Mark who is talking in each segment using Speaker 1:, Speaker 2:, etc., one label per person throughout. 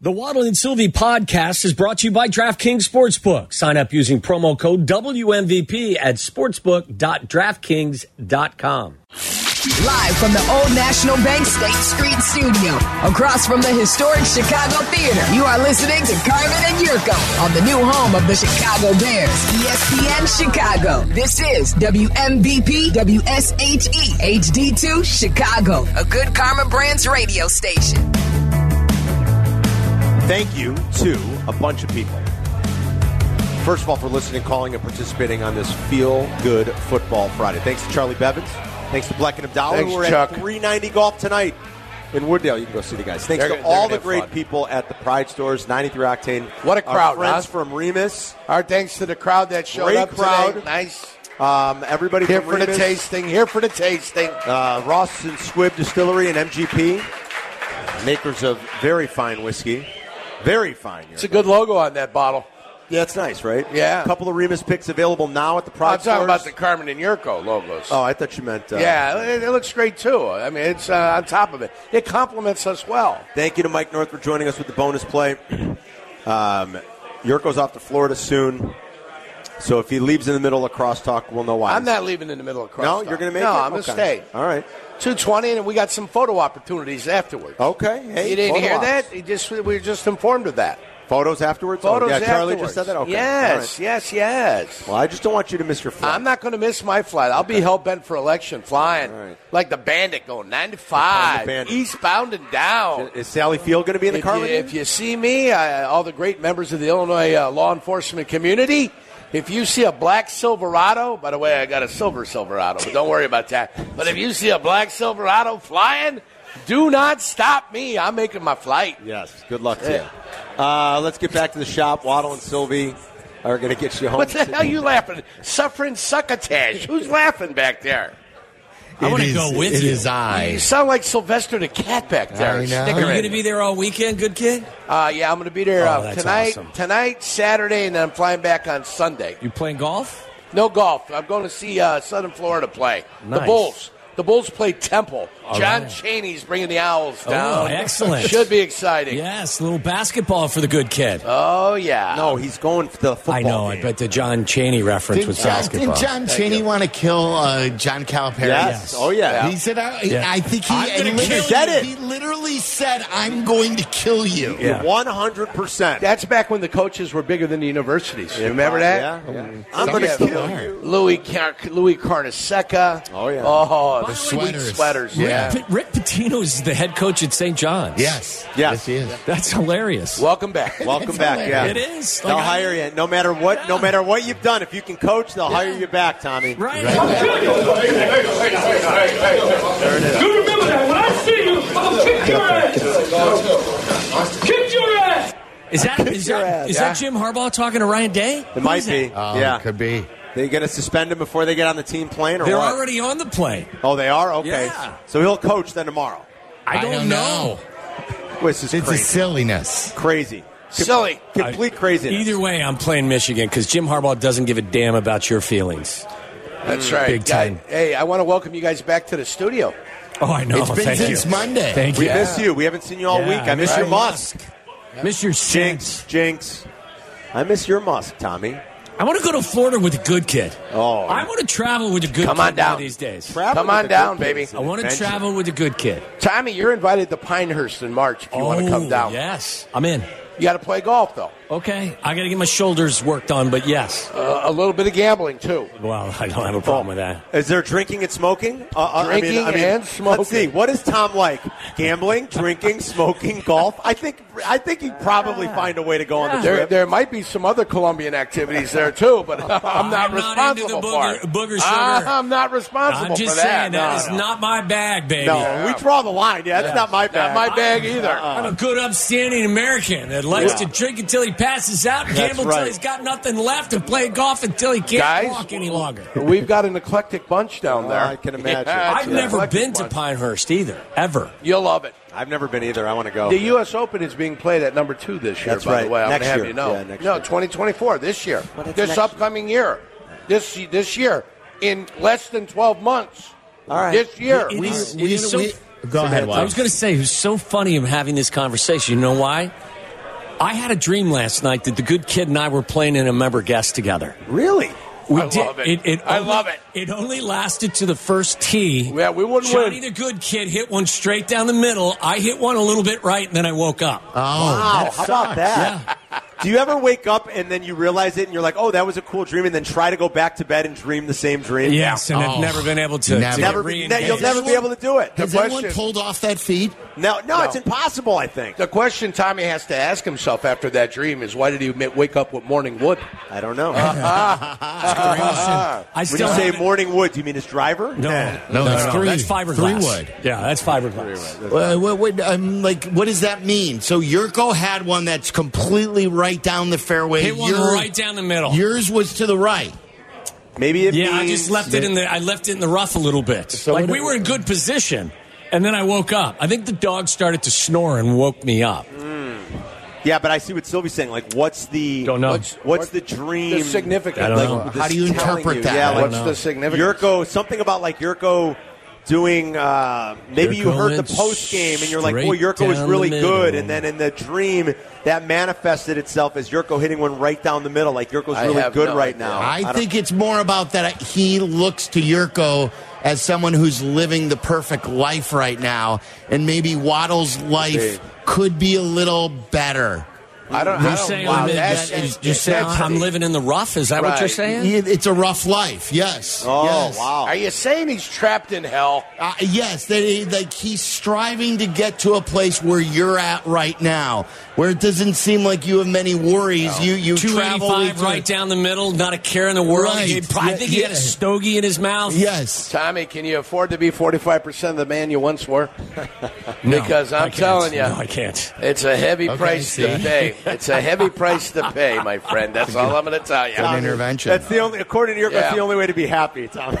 Speaker 1: The Waddle and Sylvie podcast is brought to you by DraftKings Sportsbook. Sign up using promo code WMVP at sportsbook.draftkings.com.
Speaker 2: Live from the Old National Bank State Street Studio, across from the historic Chicago Theater, you are listening to Carmen and Yurko on the new home of the Chicago Bears, E ESPN Chicago. This is WMVP WSHE HD2 Chicago, a good Carmen Brands radio station.
Speaker 3: Thank you to a bunch of people. First of all, for listening, calling, and participating on this Feel Good Football Friday. Thanks to Charlie Bevins. Thanks to Black and Abdallah.
Speaker 4: Thanks,
Speaker 3: We're
Speaker 4: Chuck.
Speaker 3: at 390 Golf tonight in Wooddale. You can go see the guys. Thanks
Speaker 4: They're
Speaker 3: to
Speaker 4: gonna- they're
Speaker 3: all
Speaker 4: gonna
Speaker 3: the
Speaker 4: have
Speaker 3: great
Speaker 4: fun.
Speaker 3: people at the Pride Stores, 93 Octane.
Speaker 4: What a
Speaker 3: Our
Speaker 4: crowd,
Speaker 3: friends
Speaker 4: huh?
Speaker 3: from Remus.
Speaker 4: Our thanks to the crowd that showed
Speaker 3: Great
Speaker 4: up today.
Speaker 3: crowd.
Speaker 4: Nice.
Speaker 3: Um, everybody
Speaker 4: Here
Speaker 3: from
Speaker 4: for the
Speaker 3: Remus,
Speaker 4: tasting. Here for the tasting.
Speaker 3: Uh, Ross and Squibb Distillery and MGP, makers of very fine whiskey. Very fine.
Speaker 4: It's a good logo on that bottle.
Speaker 3: Yeah, it's nice, right?
Speaker 4: Yeah.
Speaker 3: A couple of Remus picks available now at the Pride
Speaker 4: I'm talking
Speaker 3: Stores.
Speaker 4: about the Carmen and Yurko logos.
Speaker 3: Oh, I thought you meant. Uh,
Speaker 4: yeah, it, it looks great too. I mean, it's uh, on top of it. It complements us well.
Speaker 3: Thank you to Mike North for joining us with the bonus play. Um, Yurko's off to Florida soon, so if he leaves in the middle of crosstalk, we'll know why.
Speaker 4: I'm not leaving in the middle of cross.
Speaker 3: No, you're going to make
Speaker 4: no,
Speaker 3: it.
Speaker 4: No, I'm going to
Speaker 3: Okay.
Speaker 4: stay.
Speaker 3: All right.
Speaker 4: Two twenty, and we got some photo opportunities afterwards.
Speaker 3: Okay. Hey,
Speaker 4: you didn't
Speaker 3: photo
Speaker 4: hear
Speaker 3: ops.
Speaker 4: that? You just we were just informed of that.
Speaker 3: Photos afterwards.
Speaker 4: Photos.
Speaker 3: Oh, yeah, Charlie
Speaker 4: afterwards.
Speaker 3: just said that. Okay. All
Speaker 4: Yes,
Speaker 3: right.
Speaker 4: yes, yes.
Speaker 3: Well, I just don't want you to miss your flight.
Speaker 4: I'm not going to miss my flight. I'll be hell bent for election, flying
Speaker 3: All right.
Speaker 4: like the bandit going nine to
Speaker 3: The
Speaker 4: five,
Speaker 3: bandit.
Speaker 4: eastbound and down.
Speaker 3: Is Sally Field going to be in the
Speaker 4: If
Speaker 3: car
Speaker 4: you,
Speaker 3: with you?
Speaker 4: if you see me, I, all the great members of the Illinois uh, law enforcement community, if you see a black Silverado, by the way, I got a silver Silverado, but don't worry about that. But if you see a black Silverado flying, do not stop me. I'm making my flight.
Speaker 3: Yes. Good luck to you. Uh, let's get back to the shop. Waddle and Sylvie are going to get you home.
Speaker 4: What the hell are you laughing? Suffering succotash. Who's laughing back there?
Speaker 5: I want to
Speaker 6: is-
Speaker 5: go with
Speaker 6: It
Speaker 5: you.
Speaker 6: is
Speaker 4: You
Speaker 6: I.
Speaker 4: sound like Sylvester the cat back there.
Speaker 6: I know.
Speaker 5: Are you
Speaker 4: Snickering.
Speaker 5: going to be there all weekend, good kid?
Speaker 4: Uh, yeah, I'm going to be there
Speaker 5: Oh,
Speaker 4: uh,
Speaker 5: that's
Speaker 4: tonight,
Speaker 5: awesome.
Speaker 4: tonight, Saturday, and then I'm flying back on Sunday.
Speaker 5: You playing golf?
Speaker 4: No golf. I'm going to see uh, Southern Florida play the
Speaker 5: Nice.
Speaker 4: Bulls. The Bulls play Temple.
Speaker 5: All
Speaker 4: John
Speaker 5: right.
Speaker 4: Cheney's bringing the Owls down.
Speaker 5: excellent.
Speaker 4: Should be exciting.
Speaker 5: Yes, a little basketball for the good kid.
Speaker 4: Oh yeah.
Speaker 3: No, he's going for the football.
Speaker 5: I know.
Speaker 3: Game.
Speaker 5: I bet the John Cheney reference
Speaker 6: Did
Speaker 5: was
Speaker 6: John,
Speaker 5: basketball.
Speaker 6: did John Cheney want to kill uh, John Calipari?
Speaker 3: Yes. Oh yeah.
Speaker 6: He said, I,
Speaker 5: Yeah.
Speaker 6: I think he,
Speaker 5: I'm gonna
Speaker 6: literally-
Speaker 5: kill
Speaker 3: you. Said it.
Speaker 6: he literally said, I'm going to kill you.
Speaker 5: Yeah.
Speaker 3: One hundred percent.
Speaker 4: That's back when the coaches were bigger than the universities. You remember that?
Speaker 3: Yeah, yeah. I'm going to
Speaker 4: Somebody-
Speaker 3: kill you.
Speaker 4: Louis Car- Louis Carnesecca.
Speaker 3: Oh, yeah.
Speaker 4: Oh,
Speaker 5: By
Speaker 4: the,
Speaker 5: the way,
Speaker 4: sweet
Speaker 6: sweaters.
Speaker 4: sweaters.
Speaker 6: Rick
Speaker 4: Yeah.
Speaker 5: But Rick Pitino is the head coach at St. John's.
Speaker 6: Yes.
Speaker 3: Yes.
Speaker 6: he is.
Speaker 5: That's hilarious.
Speaker 4: Welcome back.
Speaker 3: Welcome back. Yeah,
Speaker 5: It is.
Speaker 3: They'll
Speaker 5: Like, I-
Speaker 3: hire you no matter what. No
Speaker 5: Yeah.
Speaker 3: matter what you've done, if you can coach, they'll hire
Speaker 5: Yeah.
Speaker 3: you back, Tommy.
Speaker 5: Right.
Speaker 7: You remember that when I see you, I'll kick your ass. Kick your ass.
Speaker 5: Is that is,
Speaker 3: your
Speaker 5: that,
Speaker 3: ass.
Speaker 5: is that Jim Harbaugh talking to Ryan Day?
Speaker 3: It might be.
Speaker 6: Oh,
Speaker 3: yeah,
Speaker 6: Could be.
Speaker 3: they going to suspend him before they get on the team plane, or
Speaker 5: They're
Speaker 3: what?
Speaker 5: already on the plane.
Speaker 3: oh, they are. Okay,
Speaker 5: Yeah.
Speaker 3: so he'll coach then tomorrow.
Speaker 5: I don't, know.
Speaker 3: This is
Speaker 6: It's a
Speaker 3: crazy.
Speaker 6: silliness.
Speaker 3: crazy.
Speaker 4: Silly.
Speaker 3: Complete craziness.
Speaker 5: Either way, I'm playing Michigan because Jim Harbaugh doesn't give a damn about your feelings.
Speaker 4: That's right.
Speaker 5: Mm. Big
Speaker 4: Yeah.
Speaker 5: time.
Speaker 4: Hey, I want to welcome you guys back to the studio.
Speaker 5: Oh, I know.
Speaker 6: It's been
Speaker 5: Thank
Speaker 6: since
Speaker 5: you.
Speaker 6: Monday.
Speaker 5: Thank
Speaker 3: we
Speaker 5: you.
Speaker 3: miss you. We haven't seen you all
Speaker 5: Yeah,
Speaker 3: week. I miss
Speaker 5: right.
Speaker 3: your Musk.
Speaker 5: Miss your
Speaker 3: Jinx,
Speaker 5: jinx.
Speaker 3: Jinx. I miss your Musk, Tommy.
Speaker 5: I want to go to Florida with a good kid.
Speaker 3: Oh.
Speaker 5: I want to travel with a good
Speaker 4: Come
Speaker 5: kid
Speaker 4: on down.
Speaker 5: one of these days.
Speaker 3: Traveling
Speaker 4: Come on
Speaker 3: with the
Speaker 4: down,
Speaker 3: good kids
Speaker 4: baby.
Speaker 3: is an
Speaker 5: I want to
Speaker 3: adventure.
Speaker 5: travel with a good kid. Oh,
Speaker 4: Tommy, you're invited to Pinehurst in March if you want to come down.
Speaker 5: Yes, I'm in.
Speaker 4: You got to play golf though.
Speaker 5: Okay, I got to get my shoulders worked on, but yes.
Speaker 4: Uh, a little bit of gambling too.
Speaker 5: Well, I don't have a problem with that.
Speaker 3: Is there drinking and smoking? Uh, Uh, I mean-
Speaker 4: Drinking
Speaker 3: I mean,
Speaker 4: and smoking.
Speaker 3: Let's see. What is Tom like? Gambling, drinking, smoking, golf. I think I think he'd probably find a way to go on the
Speaker 4: There,
Speaker 3: trip.
Speaker 4: there might be some other Colombian activities there too, but I'm not
Speaker 5: I'm not into the
Speaker 4: responsible for it. Uh-huh,
Speaker 5: booger- booger sugar.
Speaker 4: I'm not responsible
Speaker 5: I'm just
Speaker 4: for that.
Speaker 5: saying that
Speaker 4: No,
Speaker 5: is
Speaker 4: no.
Speaker 5: not my bag, baby.
Speaker 3: no, we draw the line. Yeah, that's not my
Speaker 4: Not
Speaker 3: bag.
Speaker 4: my bag either.
Speaker 5: I'm a good, upstanding American that likes to drink until he passes out, gamble
Speaker 3: right.
Speaker 5: until he's got nothing left, and play golf until he can't
Speaker 4: Guys,
Speaker 5: walk any longer.
Speaker 4: We've got an eclectic bunch down there.
Speaker 3: I can imagine.
Speaker 4: Yeah, it's
Speaker 5: I've
Speaker 4: an
Speaker 5: never
Speaker 4: eclectic
Speaker 5: been to
Speaker 4: bunch.
Speaker 5: Pinehurst either, ever.
Speaker 4: You'll love it.
Speaker 3: I've never been either. I want to go.
Speaker 4: The U.S. Open is being played at number two this year.
Speaker 3: That's
Speaker 4: by the
Speaker 3: right.
Speaker 4: way, I'm
Speaker 3: Next
Speaker 4: gonna have
Speaker 3: year.
Speaker 4: you know,
Speaker 3: Yeah, next
Speaker 4: no,
Speaker 3: year.
Speaker 4: 2024 this year,
Speaker 3: it's
Speaker 4: this
Speaker 3: next-
Speaker 4: upcoming year, this this year, in less than 12 months.
Speaker 3: All right.
Speaker 4: this year.
Speaker 5: It
Speaker 4: We-
Speaker 5: is-
Speaker 6: We-
Speaker 5: it is so-
Speaker 6: we- go ahead,
Speaker 5: I was
Speaker 6: Wallace.
Speaker 5: going to say, it was so funny him having this conversation. You know why?
Speaker 1: I had a dream last night that the good kid and I were playing in a member guest together.
Speaker 3: Really?
Speaker 1: We
Speaker 4: I
Speaker 1: did.
Speaker 4: love it. I
Speaker 1: only,
Speaker 4: love it.
Speaker 1: It only lasted to the first tee.
Speaker 4: Yeah, we wouldn't
Speaker 1: Johnny
Speaker 4: win.
Speaker 1: the good kid hit one straight down the middle. I hit one a little bit right, and then I woke up.
Speaker 4: Uh-huh. Oh,
Speaker 6: Oh.
Speaker 3: Wow, how about that? Do you ever wake up and then you realize it and you're like, oh, that was a cool dream, and then try to go back to bed and dream the same dream?
Speaker 1: yes, and I've
Speaker 6: Oh.
Speaker 1: never been able to.
Speaker 6: Never.
Speaker 1: to
Speaker 3: Never,
Speaker 1: get
Speaker 3: ne- you'll
Speaker 1: reengaged.
Speaker 3: never be able to do it.
Speaker 6: Has
Speaker 4: The
Speaker 6: anyone
Speaker 4: question-
Speaker 6: pulled off that feed?
Speaker 3: No, no, it's impossible, I think.
Speaker 4: The question Tommy has to ask himself after that dream is why did he ma- wake up with morning wood?
Speaker 3: I don't know.
Speaker 4: Uh,
Speaker 1: I
Speaker 3: when
Speaker 1: still
Speaker 3: you say
Speaker 1: haven't-
Speaker 3: morning wood, do you mean his driver?
Speaker 1: No,
Speaker 6: No, it's three.
Speaker 1: That's fiberglass.
Speaker 6: Three wood.
Speaker 1: Yeah, that's fiberglass.
Speaker 6: Uh, what, what, um, like, what does that mean? So Yurko had one that's completely right down the fairway.
Speaker 1: Hit one
Speaker 6: Your-
Speaker 1: right down the middle.
Speaker 6: Yours was to the right.
Speaker 3: Maybe it
Speaker 1: Yeah, I
Speaker 3: means
Speaker 1: just left it in the. I left it in the rough a little bit. like we were in good position, and then I woke up. I think the dog started to snore and woke me up.
Speaker 3: Yeah, but I see what Sylvie's saying. Like, what's the
Speaker 1: Don't know.
Speaker 3: What's, what's the dream?
Speaker 4: The significance.
Speaker 1: I don't
Speaker 3: Like,
Speaker 1: know.
Speaker 3: this
Speaker 6: How do you
Speaker 3: telling
Speaker 6: interpret that?
Speaker 3: Yeah,
Speaker 6: I
Speaker 3: like
Speaker 6: don't
Speaker 4: What's the significance?
Speaker 3: Yurko, something about like Yurko doing. Uh, maybe you
Speaker 1: Yurko
Speaker 3: heard the
Speaker 1: went
Speaker 3: post game and you're like, "Well,
Speaker 1: straight
Speaker 3: Yurko was
Speaker 1: down
Speaker 3: really
Speaker 1: the middle."
Speaker 3: good," and then in the dream that manifested itself as Yurko hitting one right down the middle. Like Yurko's
Speaker 4: I
Speaker 3: really
Speaker 4: have
Speaker 3: good
Speaker 4: no
Speaker 3: right
Speaker 4: idea.
Speaker 3: now.
Speaker 6: I,
Speaker 3: Oh, don't-
Speaker 6: think it's more about that he looks to Yurko as someone who's living the perfect life right now, and maybe Waddle's life could be a little better.
Speaker 4: I don't. I
Speaker 1: You're
Speaker 4: don't
Speaker 1: saying
Speaker 4: wow,
Speaker 1: I'm, in-
Speaker 4: that's-
Speaker 1: that is-
Speaker 4: that's-
Speaker 1: you're saying
Speaker 4: that's-
Speaker 1: I'm living in the rough? Is that what you're
Speaker 4: Right.
Speaker 1: saying?
Speaker 6: It- It's a rough life, yes.
Speaker 3: Oh
Speaker 6: yes.
Speaker 3: wow!
Speaker 4: Are you saying he's trapped in hell?
Speaker 6: Uh, yes, they, like he's striving to get to a place where you're at right now, where it doesn't seem like you have many worries. You you travel with
Speaker 1: 285
Speaker 6: your-
Speaker 1: right down the middle, not a care in the world.
Speaker 6: Right.
Speaker 1: He probably- I think he had a
Speaker 6: Yeah.
Speaker 1: stogie in his mouth.
Speaker 6: Yes,
Speaker 4: Tommy, can you afford to be 45% the man you once were?
Speaker 1: No,
Speaker 4: because I'm
Speaker 1: I can't.
Speaker 4: telling you.
Speaker 1: No, I can't.
Speaker 4: It's a heavy
Speaker 6: Okay,
Speaker 4: price to
Speaker 6: see.
Speaker 4: pay. It's a heavy price to pay, my friend. That's all I'm going to tell you.
Speaker 6: an intervention.
Speaker 3: That's the only, according to Yurko, that's
Speaker 4: Yeah.
Speaker 3: the only way to be happy, Tom.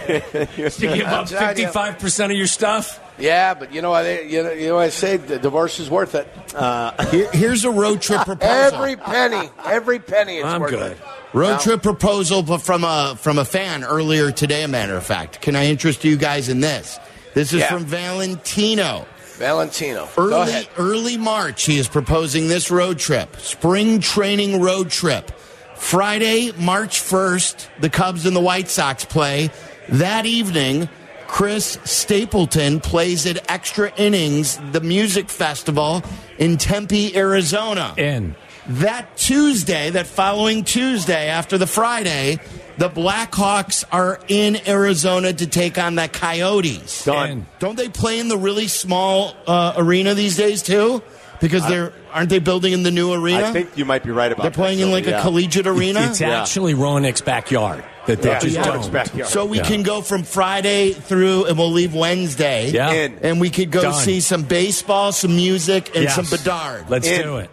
Speaker 1: To give up
Speaker 4: telling you.
Speaker 1: 55% of your stuff?
Speaker 4: Yeah, but you know what? I- You know, you know what I say? The divorce is worth it.
Speaker 6: Here- here's a road trip proposal.
Speaker 4: Every penny, every penny is
Speaker 1: I'm
Speaker 4: worth
Speaker 1: good.
Speaker 4: it.
Speaker 6: Road trip proposal but from a from a fan earlier today. A matter of fact, can I interest you guys in this? This is
Speaker 4: Yeah.
Speaker 6: from Valentino.
Speaker 4: Valentino. Go
Speaker 6: Early
Speaker 4: ahead.
Speaker 6: early March, he is proposing this road trip, spring training road trip. Friday, March first, the Cubs and the White Sox play. That evening, Chris Stapleton plays at Extra Innings, the music festival in Tempe, Arizona
Speaker 5: In.
Speaker 6: that Tuesday, that following Tuesday after the Friday, the Blackhawks are in Arizona to take on the Coyotes.
Speaker 5: Done.
Speaker 6: Don't they play in the really small uh, arena these days too? Because they're aren't they building in the new arena?
Speaker 3: I think you might be right about.
Speaker 6: they're
Speaker 3: that,
Speaker 6: playing in
Speaker 3: Sylvie,
Speaker 6: like a
Speaker 3: yeah.
Speaker 6: collegiate arena.
Speaker 1: It's actually Roenick's backyard that they
Speaker 3: Yeah,
Speaker 1: just
Speaker 3: yeah.
Speaker 1: don't.
Speaker 3: Backyard.
Speaker 6: so we can go from Friday through, and we'll leave Wednesday.
Speaker 1: Yeah.
Speaker 3: In.
Speaker 6: and we could go
Speaker 1: Done.
Speaker 6: see some baseball, some music, and
Speaker 1: Yes.
Speaker 6: some Bedard.
Speaker 1: Let's
Speaker 3: In.
Speaker 1: do it.